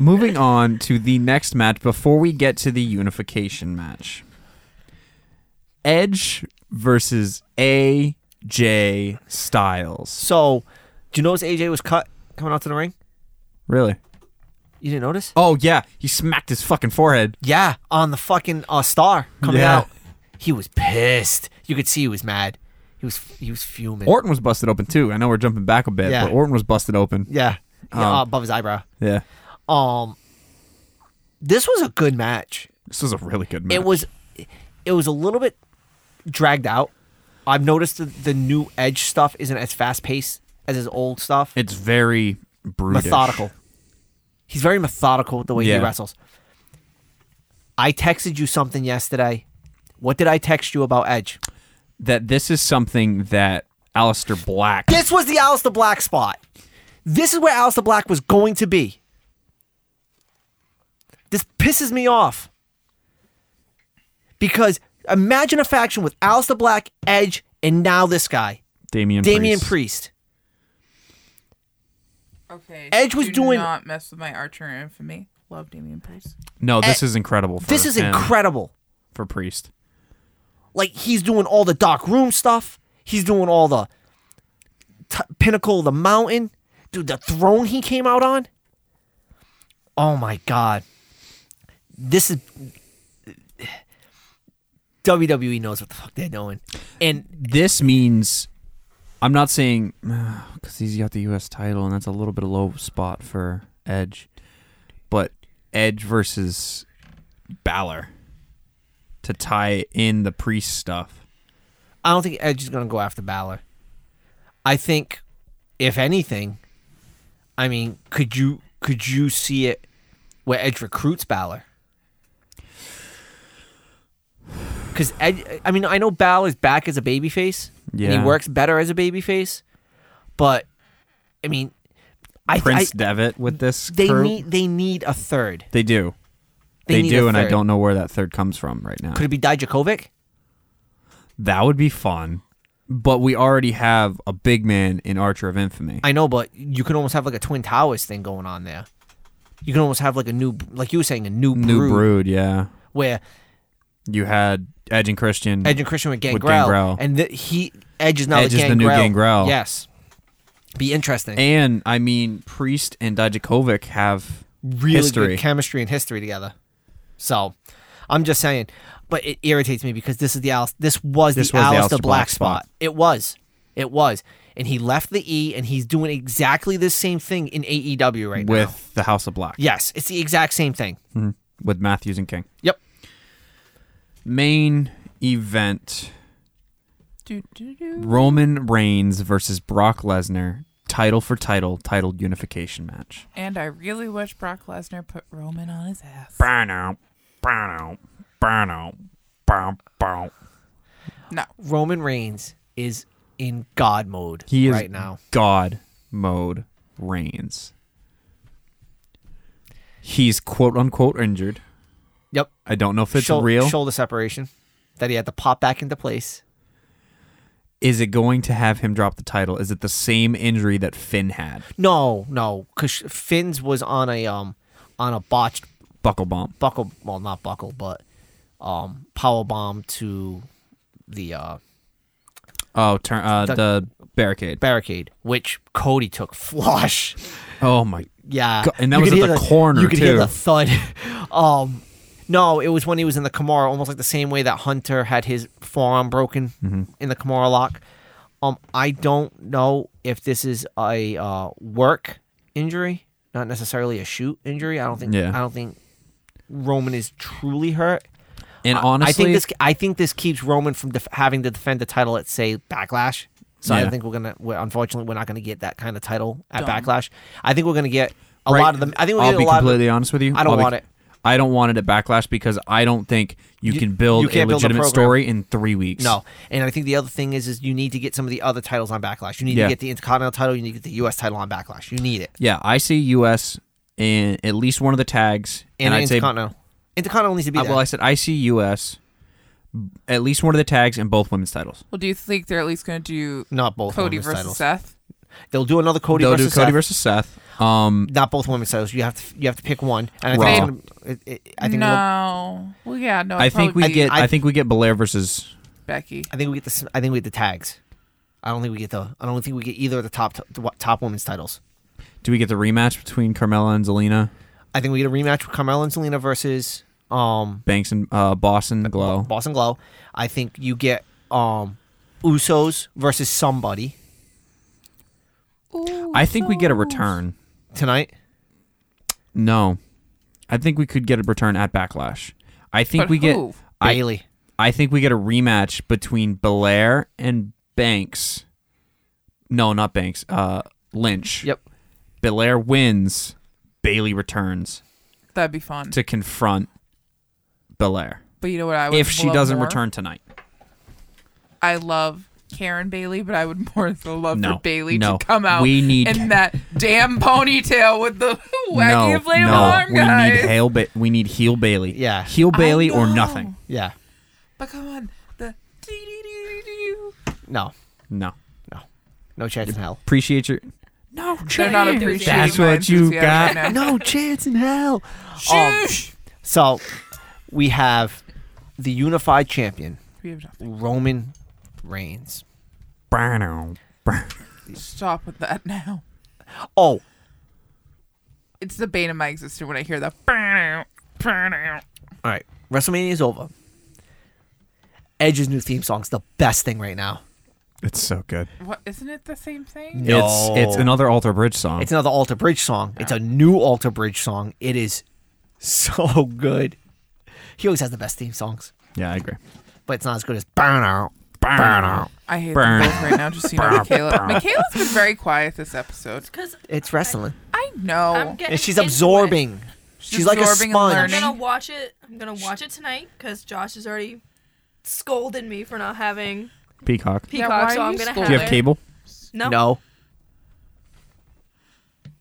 Speaker 1: Moving on to the next match before we get to the unification match. Edge versus AJ Styles.
Speaker 2: So, do you notice AJ was cut coming out to the ring?
Speaker 1: Really?
Speaker 2: You didn't notice?
Speaker 1: Oh yeah, he smacked his fucking forehead.
Speaker 2: Yeah, on the fucking uh, star coming
Speaker 1: Yeah.
Speaker 2: out. He was pissed. You could see he was mad. He was he was fuming.
Speaker 1: Orton was busted open too. I know we're jumping back a bit,
Speaker 2: Yeah.
Speaker 1: but Orton was busted open.
Speaker 2: yeah, yeah
Speaker 1: Um,
Speaker 2: uh, above his eyebrow.
Speaker 1: Yeah.
Speaker 2: Um, this was a good match.
Speaker 1: This was a really good match.
Speaker 2: it was it was a little bit dragged out. I've noticed that the new Edge stuff isn't as fast paced as his old stuff.
Speaker 1: it's very brutish.
Speaker 2: methodical. He's very methodical with the way
Speaker 1: Yeah.
Speaker 2: he wrestles. I texted you something yesterday. What did I text you about Edge?
Speaker 1: That this is something that Alistair Black
Speaker 2: This was the Alistair Black spot. This is where Alistair Black was going to be. This pisses me off. Because imagine a faction with Alistair Black, Edge, and now this guy,
Speaker 1: Damian
Speaker 2: Damian
Speaker 1: Priest.
Speaker 2: Priest.
Speaker 4: Okay.
Speaker 2: Edge was
Speaker 4: do
Speaker 2: doing-
Speaker 4: Not mess with my Archer infamy. Love Damian Priest.
Speaker 1: No, this is incredible. For
Speaker 2: Eh, This is
Speaker 1: him,
Speaker 2: incredible.
Speaker 1: for Priest.
Speaker 2: Like, he's doing all the Doc Room stuff, he's doing all the t- Pinnacle of the Mountain. Dude, the throne he came out on. Oh my God. This is. WWE E knows what the fuck they're doing. And
Speaker 1: This means I'm not saying because he's got the U.S. title and that's a little bit of low spot for Edge, but Edge versus Balor to tie in the Priest stuff.
Speaker 2: I don't think Edge is going to go after Balor. I think, if anything, I mean, could you could you see it where Edge recruits Balor? Because Edge, I mean, I know Balor's back as a babyface. And he
Speaker 1: Yeah.
Speaker 2: works better as a babyface, but I mean, I, I
Speaker 1: Prince Devitt with this
Speaker 2: they
Speaker 1: crew?
Speaker 2: need they need a third.
Speaker 1: they do
Speaker 2: They, need
Speaker 1: do
Speaker 2: a
Speaker 1: and I
Speaker 2: third.
Speaker 1: don't know where that third comes from right now.
Speaker 2: Could it be Dijakovic?
Speaker 1: that would be fun, but we already have a big man in Archer of Infamy.
Speaker 2: I know, but you can almost have like a Twin Towers thing going on there. You can almost have like a new, like you were saying, a new brood,
Speaker 1: New Brood, yeah.
Speaker 2: where
Speaker 1: You had Edge and Christian.
Speaker 2: Edge and Christian with Gangrel,
Speaker 1: With Gangrel.
Speaker 2: and the, he Edge is now
Speaker 1: Edge
Speaker 2: the
Speaker 1: is the
Speaker 2: Gangrel.
Speaker 1: new Gangrel.
Speaker 2: Yes, be interesting.
Speaker 1: And I mean, Priest and Dijakovic have
Speaker 2: really
Speaker 1: history.
Speaker 2: good chemistry and history together. So, I'm just saying, but it irritates me because this is the Alice. This was
Speaker 1: This
Speaker 2: the
Speaker 1: was the
Speaker 2: Alistair
Speaker 1: Alistair
Speaker 2: Black,
Speaker 1: Black
Speaker 2: spot.
Speaker 1: spot.
Speaker 2: It was, it was, and he left the E, and he's doing exactly the same thing in AEW right
Speaker 1: with
Speaker 2: now.
Speaker 1: the House of Black.
Speaker 2: Yes, it's the exact same thing.
Speaker 1: With Matthews and King.
Speaker 2: Yep.
Speaker 1: Main event
Speaker 4: Do, do, do.
Speaker 1: Roman Reigns versus Brock Lesnar, title for title, titled unification match.
Speaker 4: And I really wish Brock Lesnar put Roman on his ass.
Speaker 1: Burnout, burnout, burnout, burn, burn.
Speaker 4: No.
Speaker 2: Roman Reigns is in God mode
Speaker 1: He is
Speaker 2: right now.
Speaker 1: God mode Reigns. He's quote unquote injured.
Speaker 2: Yep.
Speaker 1: I don't know if it's
Speaker 2: Shou-
Speaker 1: real.
Speaker 2: shoulder separation that he had to pop back into place.
Speaker 1: is it going to have him drop the title? Is it the same injury that Finn had?
Speaker 2: No, no, because Finn's was on a um on a botched
Speaker 1: Buckle bomb.
Speaker 2: buckle well not buckle but um power bomb to the uh
Speaker 1: Oh, turn uh,
Speaker 2: The-
Speaker 1: the, barricade.
Speaker 2: barricade which cody took flush
Speaker 1: oh my!
Speaker 2: yeah
Speaker 1: God, and that
Speaker 2: You
Speaker 1: was
Speaker 2: could
Speaker 1: at
Speaker 2: hear
Speaker 1: the corner,
Speaker 2: you could hear
Speaker 1: too.
Speaker 2: the thud um no it was when he was in the kamara almost like the same way that hunter had his forearm broken
Speaker 1: Mm-hmm.
Speaker 2: in the kamara lock um i don't know if this is a uh work injury not necessarily a shoot injury i don't think
Speaker 1: Yeah.
Speaker 2: i don't think roman is truly hurt
Speaker 1: And
Speaker 2: I-
Speaker 1: honestly,
Speaker 2: I think this I think this keeps Roman from def- having to defend the title at say Backlash. So I
Speaker 1: Yeah.
Speaker 2: think we're gonna. We're, unfortunately, we're not gonna get that kind of title at
Speaker 4: Dumb.
Speaker 2: Backlash. I think we're gonna get a
Speaker 1: right-
Speaker 2: lot of them. I think we're
Speaker 1: I'll
Speaker 2: gonna
Speaker 1: be
Speaker 2: get a lot
Speaker 1: completely
Speaker 2: of.
Speaker 1: honest with you.
Speaker 2: I don't
Speaker 1: I'll be-
Speaker 2: want it.
Speaker 1: I don't want it at Backlash because I don't think you, can build
Speaker 2: you
Speaker 1: a
Speaker 2: can't build a
Speaker 1: legitimate
Speaker 2: program.
Speaker 1: story in three weeks.
Speaker 2: No, and I think the other thing is, is you need to get some of the other titles on Backlash. You need
Speaker 1: Yeah.
Speaker 2: to get the Intercontinental title. You need to get the U.S. title on Backlash. You need it.
Speaker 1: Yeah, I see U.S. in at least one of the tags,
Speaker 2: And,
Speaker 1: I'd say
Speaker 2: Intercontinental. Intercontinental needs to be
Speaker 1: Uh,
Speaker 2: there.
Speaker 1: well, I said I see U.S. at least one of the tags and both women's titles.
Speaker 4: Well, do you think they're at least going to do
Speaker 2: not both
Speaker 4: Cody
Speaker 2: women's
Speaker 4: versus
Speaker 2: titles.
Speaker 4: Seth?
Speaker 2: They'll do another Cody
Speaker 1: They'll do
Speaker 2: versus
Speaker 1: Cody
Speaker 2: Seth.
Speaker 1: versus Seth. Um,
Speaker 2: Not both women's titles. You have to. You have to pick one. And I
Speaker 1: Raw.
Speaker 2: think. it's gonna- It, it, I think. it'll-
Speaker 4: no. Well, yeah, no.
Speaker 1: I
Speaker 4: it'd
Speaker 1: think
Speaker 4: probably
Speaker 1: we
Speaker 4: be
Speaker 1: get.
Speaker 2: I-
Speaker 1: I think we get Belair versus
Speaker 4: Becky.
Speaker 2: I think we get the. s- I think we get the tags. I don't think we get the. I don't think we get either of the top t- the wa- top women's titles.
Speaker 1: Do we get the rematch between Carmella and Zelina
Speaker 2: I think we get a rematch with Carmella and Selena versus um
Speaker 1: Banks and uh, Boston Glow?
Speaker 2: Boston Glow. I think you get um Usos versus somebody
Speaker 1: I think we get a return.
Speaker 2: tonight.
Speaker 1: No, I think we could get a return at Backlash. I think
Speaker 4: But
Speaker 1: we get.
Speaker 4: who?
Speaker 1: I
Speaker 2: Bailey.
Speaker 1: I think we get a rematch between Belair and Banks. No, not Banks. Uh, Lynch.
Speaker 2: Yep.
Speaker 1: Belair wins. Bailey returns
Speaker 4: That'd be fun.
Speaker 1: to confront Belair
Speaker 4: but you know what I would
Speaker 1: if she
Speaker 4: love
Speaker 1: doesn't
Speaker 4: more?
Speaker 1: return tonight.
Speaker 4: I love Karen Bailey, but I would more so love
Speaker 1: No.
Speaker 4: for Bailey
Speaker 1: No.
Speaker 4: to come out
Speaker 1: We need-
Speaker 4: in that damn ponytail with the wacky
Speaker 1: no,
Speaker 4: inflatable
Speaker 1: no,
Speaker 4: arm,
Speaker 1: we
Speaker 4: guys.
Speaker 1: need hail. Ba- we need heel Bailey.
Speaker 2: Yeah.
Speaker 1: heel Bailey or
Speaker 4: know.
Speaker 1: nothing.
Speaker 2: Yeah.
Speaker 4: But come on, the dee-dee-dee-dee-dee.
Speaker 2: No.
Speaker 1: No.
Speaker 2: No chance in hell.
Speaker 1: Appreciate your.
Speaker 4: no, they're not appreciating
Speaker 1: That's
Speaker 4: my
Speaker 1: what you
Speaker 4: enthusiasm
Speaker 1: got. Oh.
Speaker 4: right now.
Speaker 2: No chance in hell. Um,
Speaker 4: Shush.
Speaker 2: so we have the unified champion
Speaker 4: We have nothing.
Speaker 2: Roman Reigns.
Speaker 1: Burnow.
Speaker 4: Stop with that now.
Speaker 2: Oh,
Speaker 4: It's the bane of my existence when I hear that. Burnout, burnout.
Speaker 2: All right, WrestleMania is over. Edge's new theme song's the best thing right now.
Speaker 1: It's so good.
Speaker 4: What isn't it the same thing?
Speaker 2: No.
Speaker 1: It's it's another Alter Bridge song.
Speaker 2: It's another Alter Bridge song. It's a new Alter Bridge song. It is so good. He always has the best theme songs,
Speaker 1: yeah, I agree.
Speaker 2: but it's not as good as Burn Out. Burn Out.
Speaker 4: I hate
Speaker 1: Burn.
Speaker 4: them both right now. Just so you know, Michaela. Michaela's been very quiet this episode.
Speaker 5: Because
Speaker 2: It's wrestling.
Speaker 4: I know.
Speaker 5: I'm getting
Speaker 2: And she's
Speaker 5: into it.
Speaker 2: absorbing. She's like a
Speaker 4: absorbing and
Speaker 2: sponge.
Speaker 5: I'm gonna
Speaker 4: learning.
Speaker 5: watch it. I'm gonna watch it tonight because Josh has already scolded me for not having
Speaker 1: Peacock.
Speaker 5: Peacock,
Speaker 4: why are
Speaker 5: so I'm
Speaker 4: you
Speaker 5: gonna
Speaker 4: scolding?
Speaker 5: have,
Speaker 1: Do you have
Speaker 5: it.
Speaker 1: cable?
Speaker 5: No.
Speaker 2: No.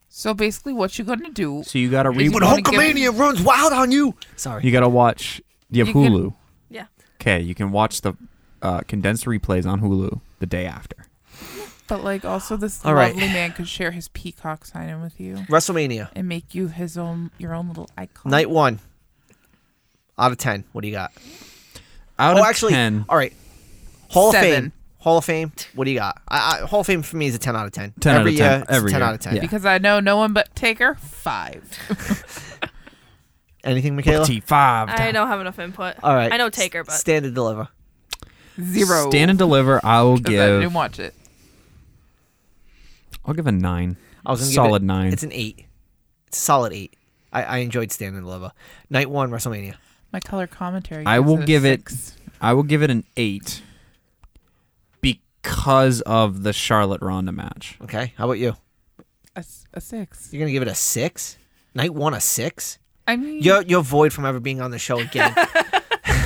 Speaker 4: So basically, what you gonna do?
Speaker 1: So you gotta re.
Speaker 4: Is
Speaker 2: When
Speaker 4: it- wanna give-
Speaker 2: Hulkamania runs wild on you. Sorry.
Speaker 1: You gotta watch. You have
Speaker 4: You can-
Speaker 1: Hulu.
Speaker 5: Yeah.
Speaker 1: Okay, you can watch the uh, condensed replays on Hulu the day after.
Speaker 4: But like, also this
Speaker 2: All right.
Speaker 4: lovely man could share his peacock sign in with you
Speaker 2: WrestleMania,
Speaker 4: and make you his own your own little icon.
Speaker 2: night one. Out of 10, what do you got?
Speaker 1: Out
Speaker 2: oh,
Speaker 1: of
Speaker 2: actually,
Speaker 1: 10,
Speaker 2: all right. Hall of
Speaker 4: Seven.
Speaker 2: Fame. Hall of Fame. What do you got? I, I, Hall of Fame for me is a ten out of ten.
Speaker 1: 10 out
Speaker 2: every
Speaker 1: of 10,
Speaker 2: year, it's a
Speaker 1: every
Speaker 2: ten
Speaker 1: year.
Speaker 2: out of ten.
Speaker 1: Yeah.
Speaker 4: because I know no one but Taker. Five.
Speaker 2: Anything, Michaela?
Speaker 1: T5.
Speaker 5: I don't have enough input.
Speaker 2: All right.
Speaker 5: I know Taker, but
Speaker 2: stand and deliver.
Speaker 4: Zero.
Speaker 1: Stand and deliver. I will
Speaker 4: 'Cause I didn't
Speaker 1: give.
Speaker 4: watch it.
Speaker 1: I'll give a nine.
Speaker 2: I was gonna give
Speaker 1: solid
Speaker 2: it-
Speaker 1: nine.
Speaker 2: It's an eight. It's a solid eight. I, I enjoyed stand and deliver. Night one WrestleMania.
Speaker 4: My color commentary.
Speaker 1: I
Speaker 4: gives
Speaker 1: will
Speaker 4: a
Speaker 1: give it-
Speaker 4: six.
Speaker 1: I will give it an eight because of the Charlotte Ronda match.
Speaker 2: Okay. How about you?
Speaker 4: a, s- a six.
Speaker 2: You're gonna give it a six. Night one a six.
Speaker 4: I mean,
Speaker 2: You're you're void from ever being on the show again.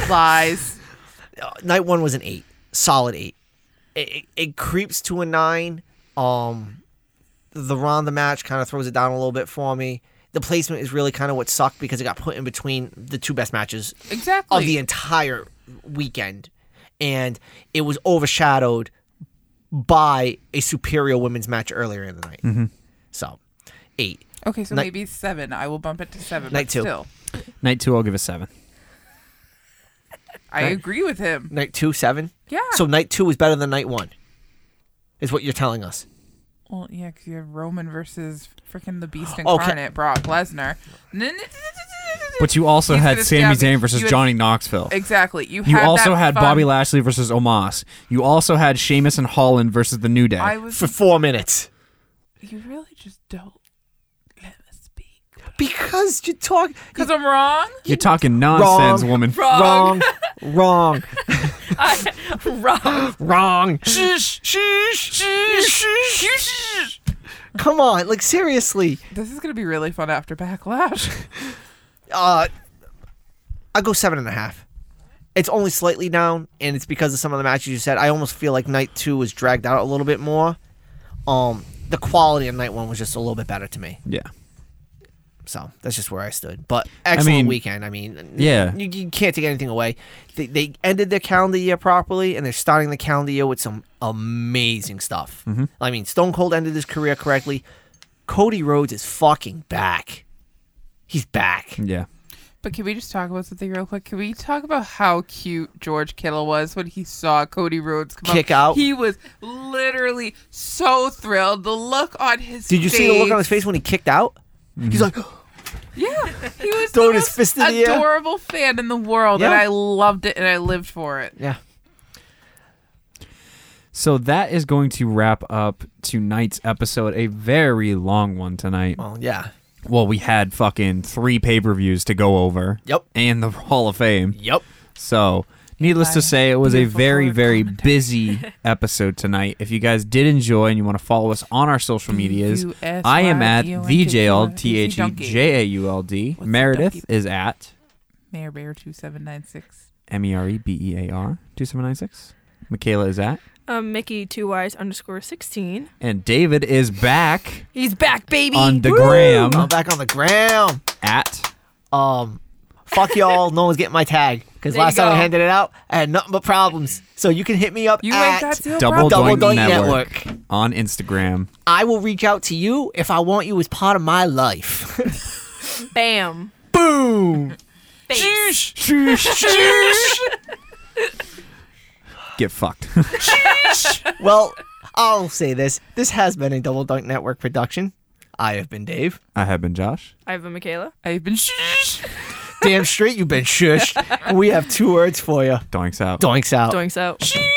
Speaker 4: lies.
Speaker 2: Uh, night one was an eight, solid eight. It, it, it creeps to a nine. Um, the Ronda match kind of throws it down a little bit for me. The placement is really kind of what sucked because it got put in between the two best matches
Speaker 4: Exactly.
Speaker 2: of the entire weekend, and it was overshadowed by a superior women's match earlier in the night. So, eight.
Speaker 4: okay, so
Speaker 2: Night-
Speaker 4: maybe seven. I will bump it to seven.
Speaker 2: Night
Speaker 4: but
Speaker 2: two.
Speaker 4: Still,
Speaker 1: Night two, I'll give a seven.
Speaker 4: I
Speaker 2: Night-
Speaker 4: agree with him.
Speaker 2: Night two, seven.
Speaker 4: Yeah.
Speaker 2: So night two is better than night one, is what you're telling us.
Speaker 4: Well, yeah, because you have Roman versus freaking the Beast
Speaker 2: Okay.
Speaker 4: incarnate, Brock Lesnar.
Speaker 1: But you also
Speaker 4: He's
Speaker 1: had
Speaker 4: gonna
Speaker 1: Sami
Speaker 4: stab me.
Speaker 1: Zayn versus
Speaker 4: You had-
Speaker 1: Johnny Knoxville.
Speaker 4: exactly. You,
Speaker 1: You
Speaker 4: had
Speaker 1: also
Speaker 4: that
Speaker 1: had
Speaker 4: fun-
Speaker 1: Bobby Lashley versus Omos. You also had Sheamus and Holland versus the
Speaker 2: Eh,
Speaker 1: New Day.
Speaker 4: I was.
Speaker 2: For four minutes.
Speaker 4: You really just don't let me speak.
Speaker 2: Because you talk
Speaker 4: Because I'm wrong.
Speaker 1: You're talking nonsense,
Speaker 2: Wrong.
Speaker 1: woman.
Speaker 2: wrong, wrong,
Speaker 5: I, wrong.
Speaker 2: wrong.
Speaker 4: Shush, shush, shush, shush.
Speaker 2: Come on, like seriously.
Speaker 4: This is gonna be really fun after backlash.
Speaker 2: Uh, I go seven and a half. It's only slightly down, and it's because of some of the matches you said. I almost feel like night two was dragged out a little bit more. Um, the quality of night one was just a little bit better to me.
Speaker 1: Yeah.
Speaker 2: So that's just where I stood. But excellent
Speaker 1: mean,
Speaker 2: weekend. I mean,
Speaker 1: yeah.
Speaker 2: you, you can't take anything away. They, they ended their calendar year properly, and they're starting the calendar year with some amazing stuff.
Speaker 1: Mm-hmm.
Speaker 2: I mean, Stone Cold ended his career correctly. Cody Rhodes is fucking back. He's back.
Speaker 1: Yeah.
Speaker 4: But can we just talk about something real quick? Can we talk about how cute George Kittle was when he saw Cody Rhodes come
Speaker 2: Kick
Speaker 4: up?
Speaker 2: out?
Speaker 4: He was literally so thrilled. The look on his
Speaker 2: Did you see the look on his face when he kicked out? He's
Speaker 1: Mm-hmm.
Speaker 2: like,
Speaker 4: Yeah, he was the
Speaker 2: Throwing his
Speaker 4: most
Speaker 2: fist in the air.
Speaker 4: adorable fan in the world, and
Speaker 2: Yeah.
Speaker 4: I loved it and I lived for it.
Speaker 2: yeah.
Speaker 1: So that is going to wrap up tonight's episode. A very long one tonight.
Speaker 2: Well, yeah.
Speaker 1: Well, we had fucking three pay per views to go over.
Speaker 2: Yep.
Speaker 1: And the Hall of Fame.
Speaker 2: Yep.
Speaker 1: So, needless to
Speaker 4: Bye.
Speaker 1: say, it was a
Speaker 4: Beautiful
Speaker 1: very,
Speaker 4: color
Speaker 1: very busy episode tonight. If you guys did enjoy and you want to follow us on our social medias, I am at E VJLTHEJAULD.
Speaker 4: What's a
Speaker 1: Meredith
Speaker 4: donkey?
Speaker 1: is at
Speaker 4: Mayor Bear two seven nine six.
Speaker 1: M E R E B E A R 2796. Michaela is at.
Speaker 5: Um, Mickey two Y's underscore sixteen.
Speaker 1: And David is back
Speaker 5: He's back, baby.
Speaker 1: on the
Speaker 5: Woo!
Speaker 2: I'm
Speaker 1: gram
Speaker 2: back on the ground.
Speaker 1: at.
Speaker 2: Um, fuck y'all. no one's getting my tag because
Speaker 5: There you
Speaker 2: last time I
Speaker 5: go.
Speaker 2: handed it out, I had nothing but problems. So you can hit me up
Speaker 4: You
Speaker 2: at
Speaker 4: ain't got zero
Speaker 1: Double
Speaker 4: problem.
Speaker 2: Double
Speaker 1: Doink,
Speaker 2: Doink
Speaker 1: Network,
Speaker 2: Network.
Speaker 1: on Instagram.
Speaker 2: I will reach out to you if I want you as part of my life.
Speaker 5: Bam.
Speaker 2: Boom.
Speaker 5: Face.
Speaker 1: Get fucked.
Speaker 2: well, I'll say this. This has been a Double Dunk Network production. I have been Dave.
Speaker 1: I have been Josh.
Speaker 5: I have a Michaela.
Speaker 4: I've been shush.
Speaker 2: Damn straight you've been shushed. we have two words for you.
Speaker 1: Doinks out.
Speaker 2: Doinks out.
Speaker 5: Doinks out.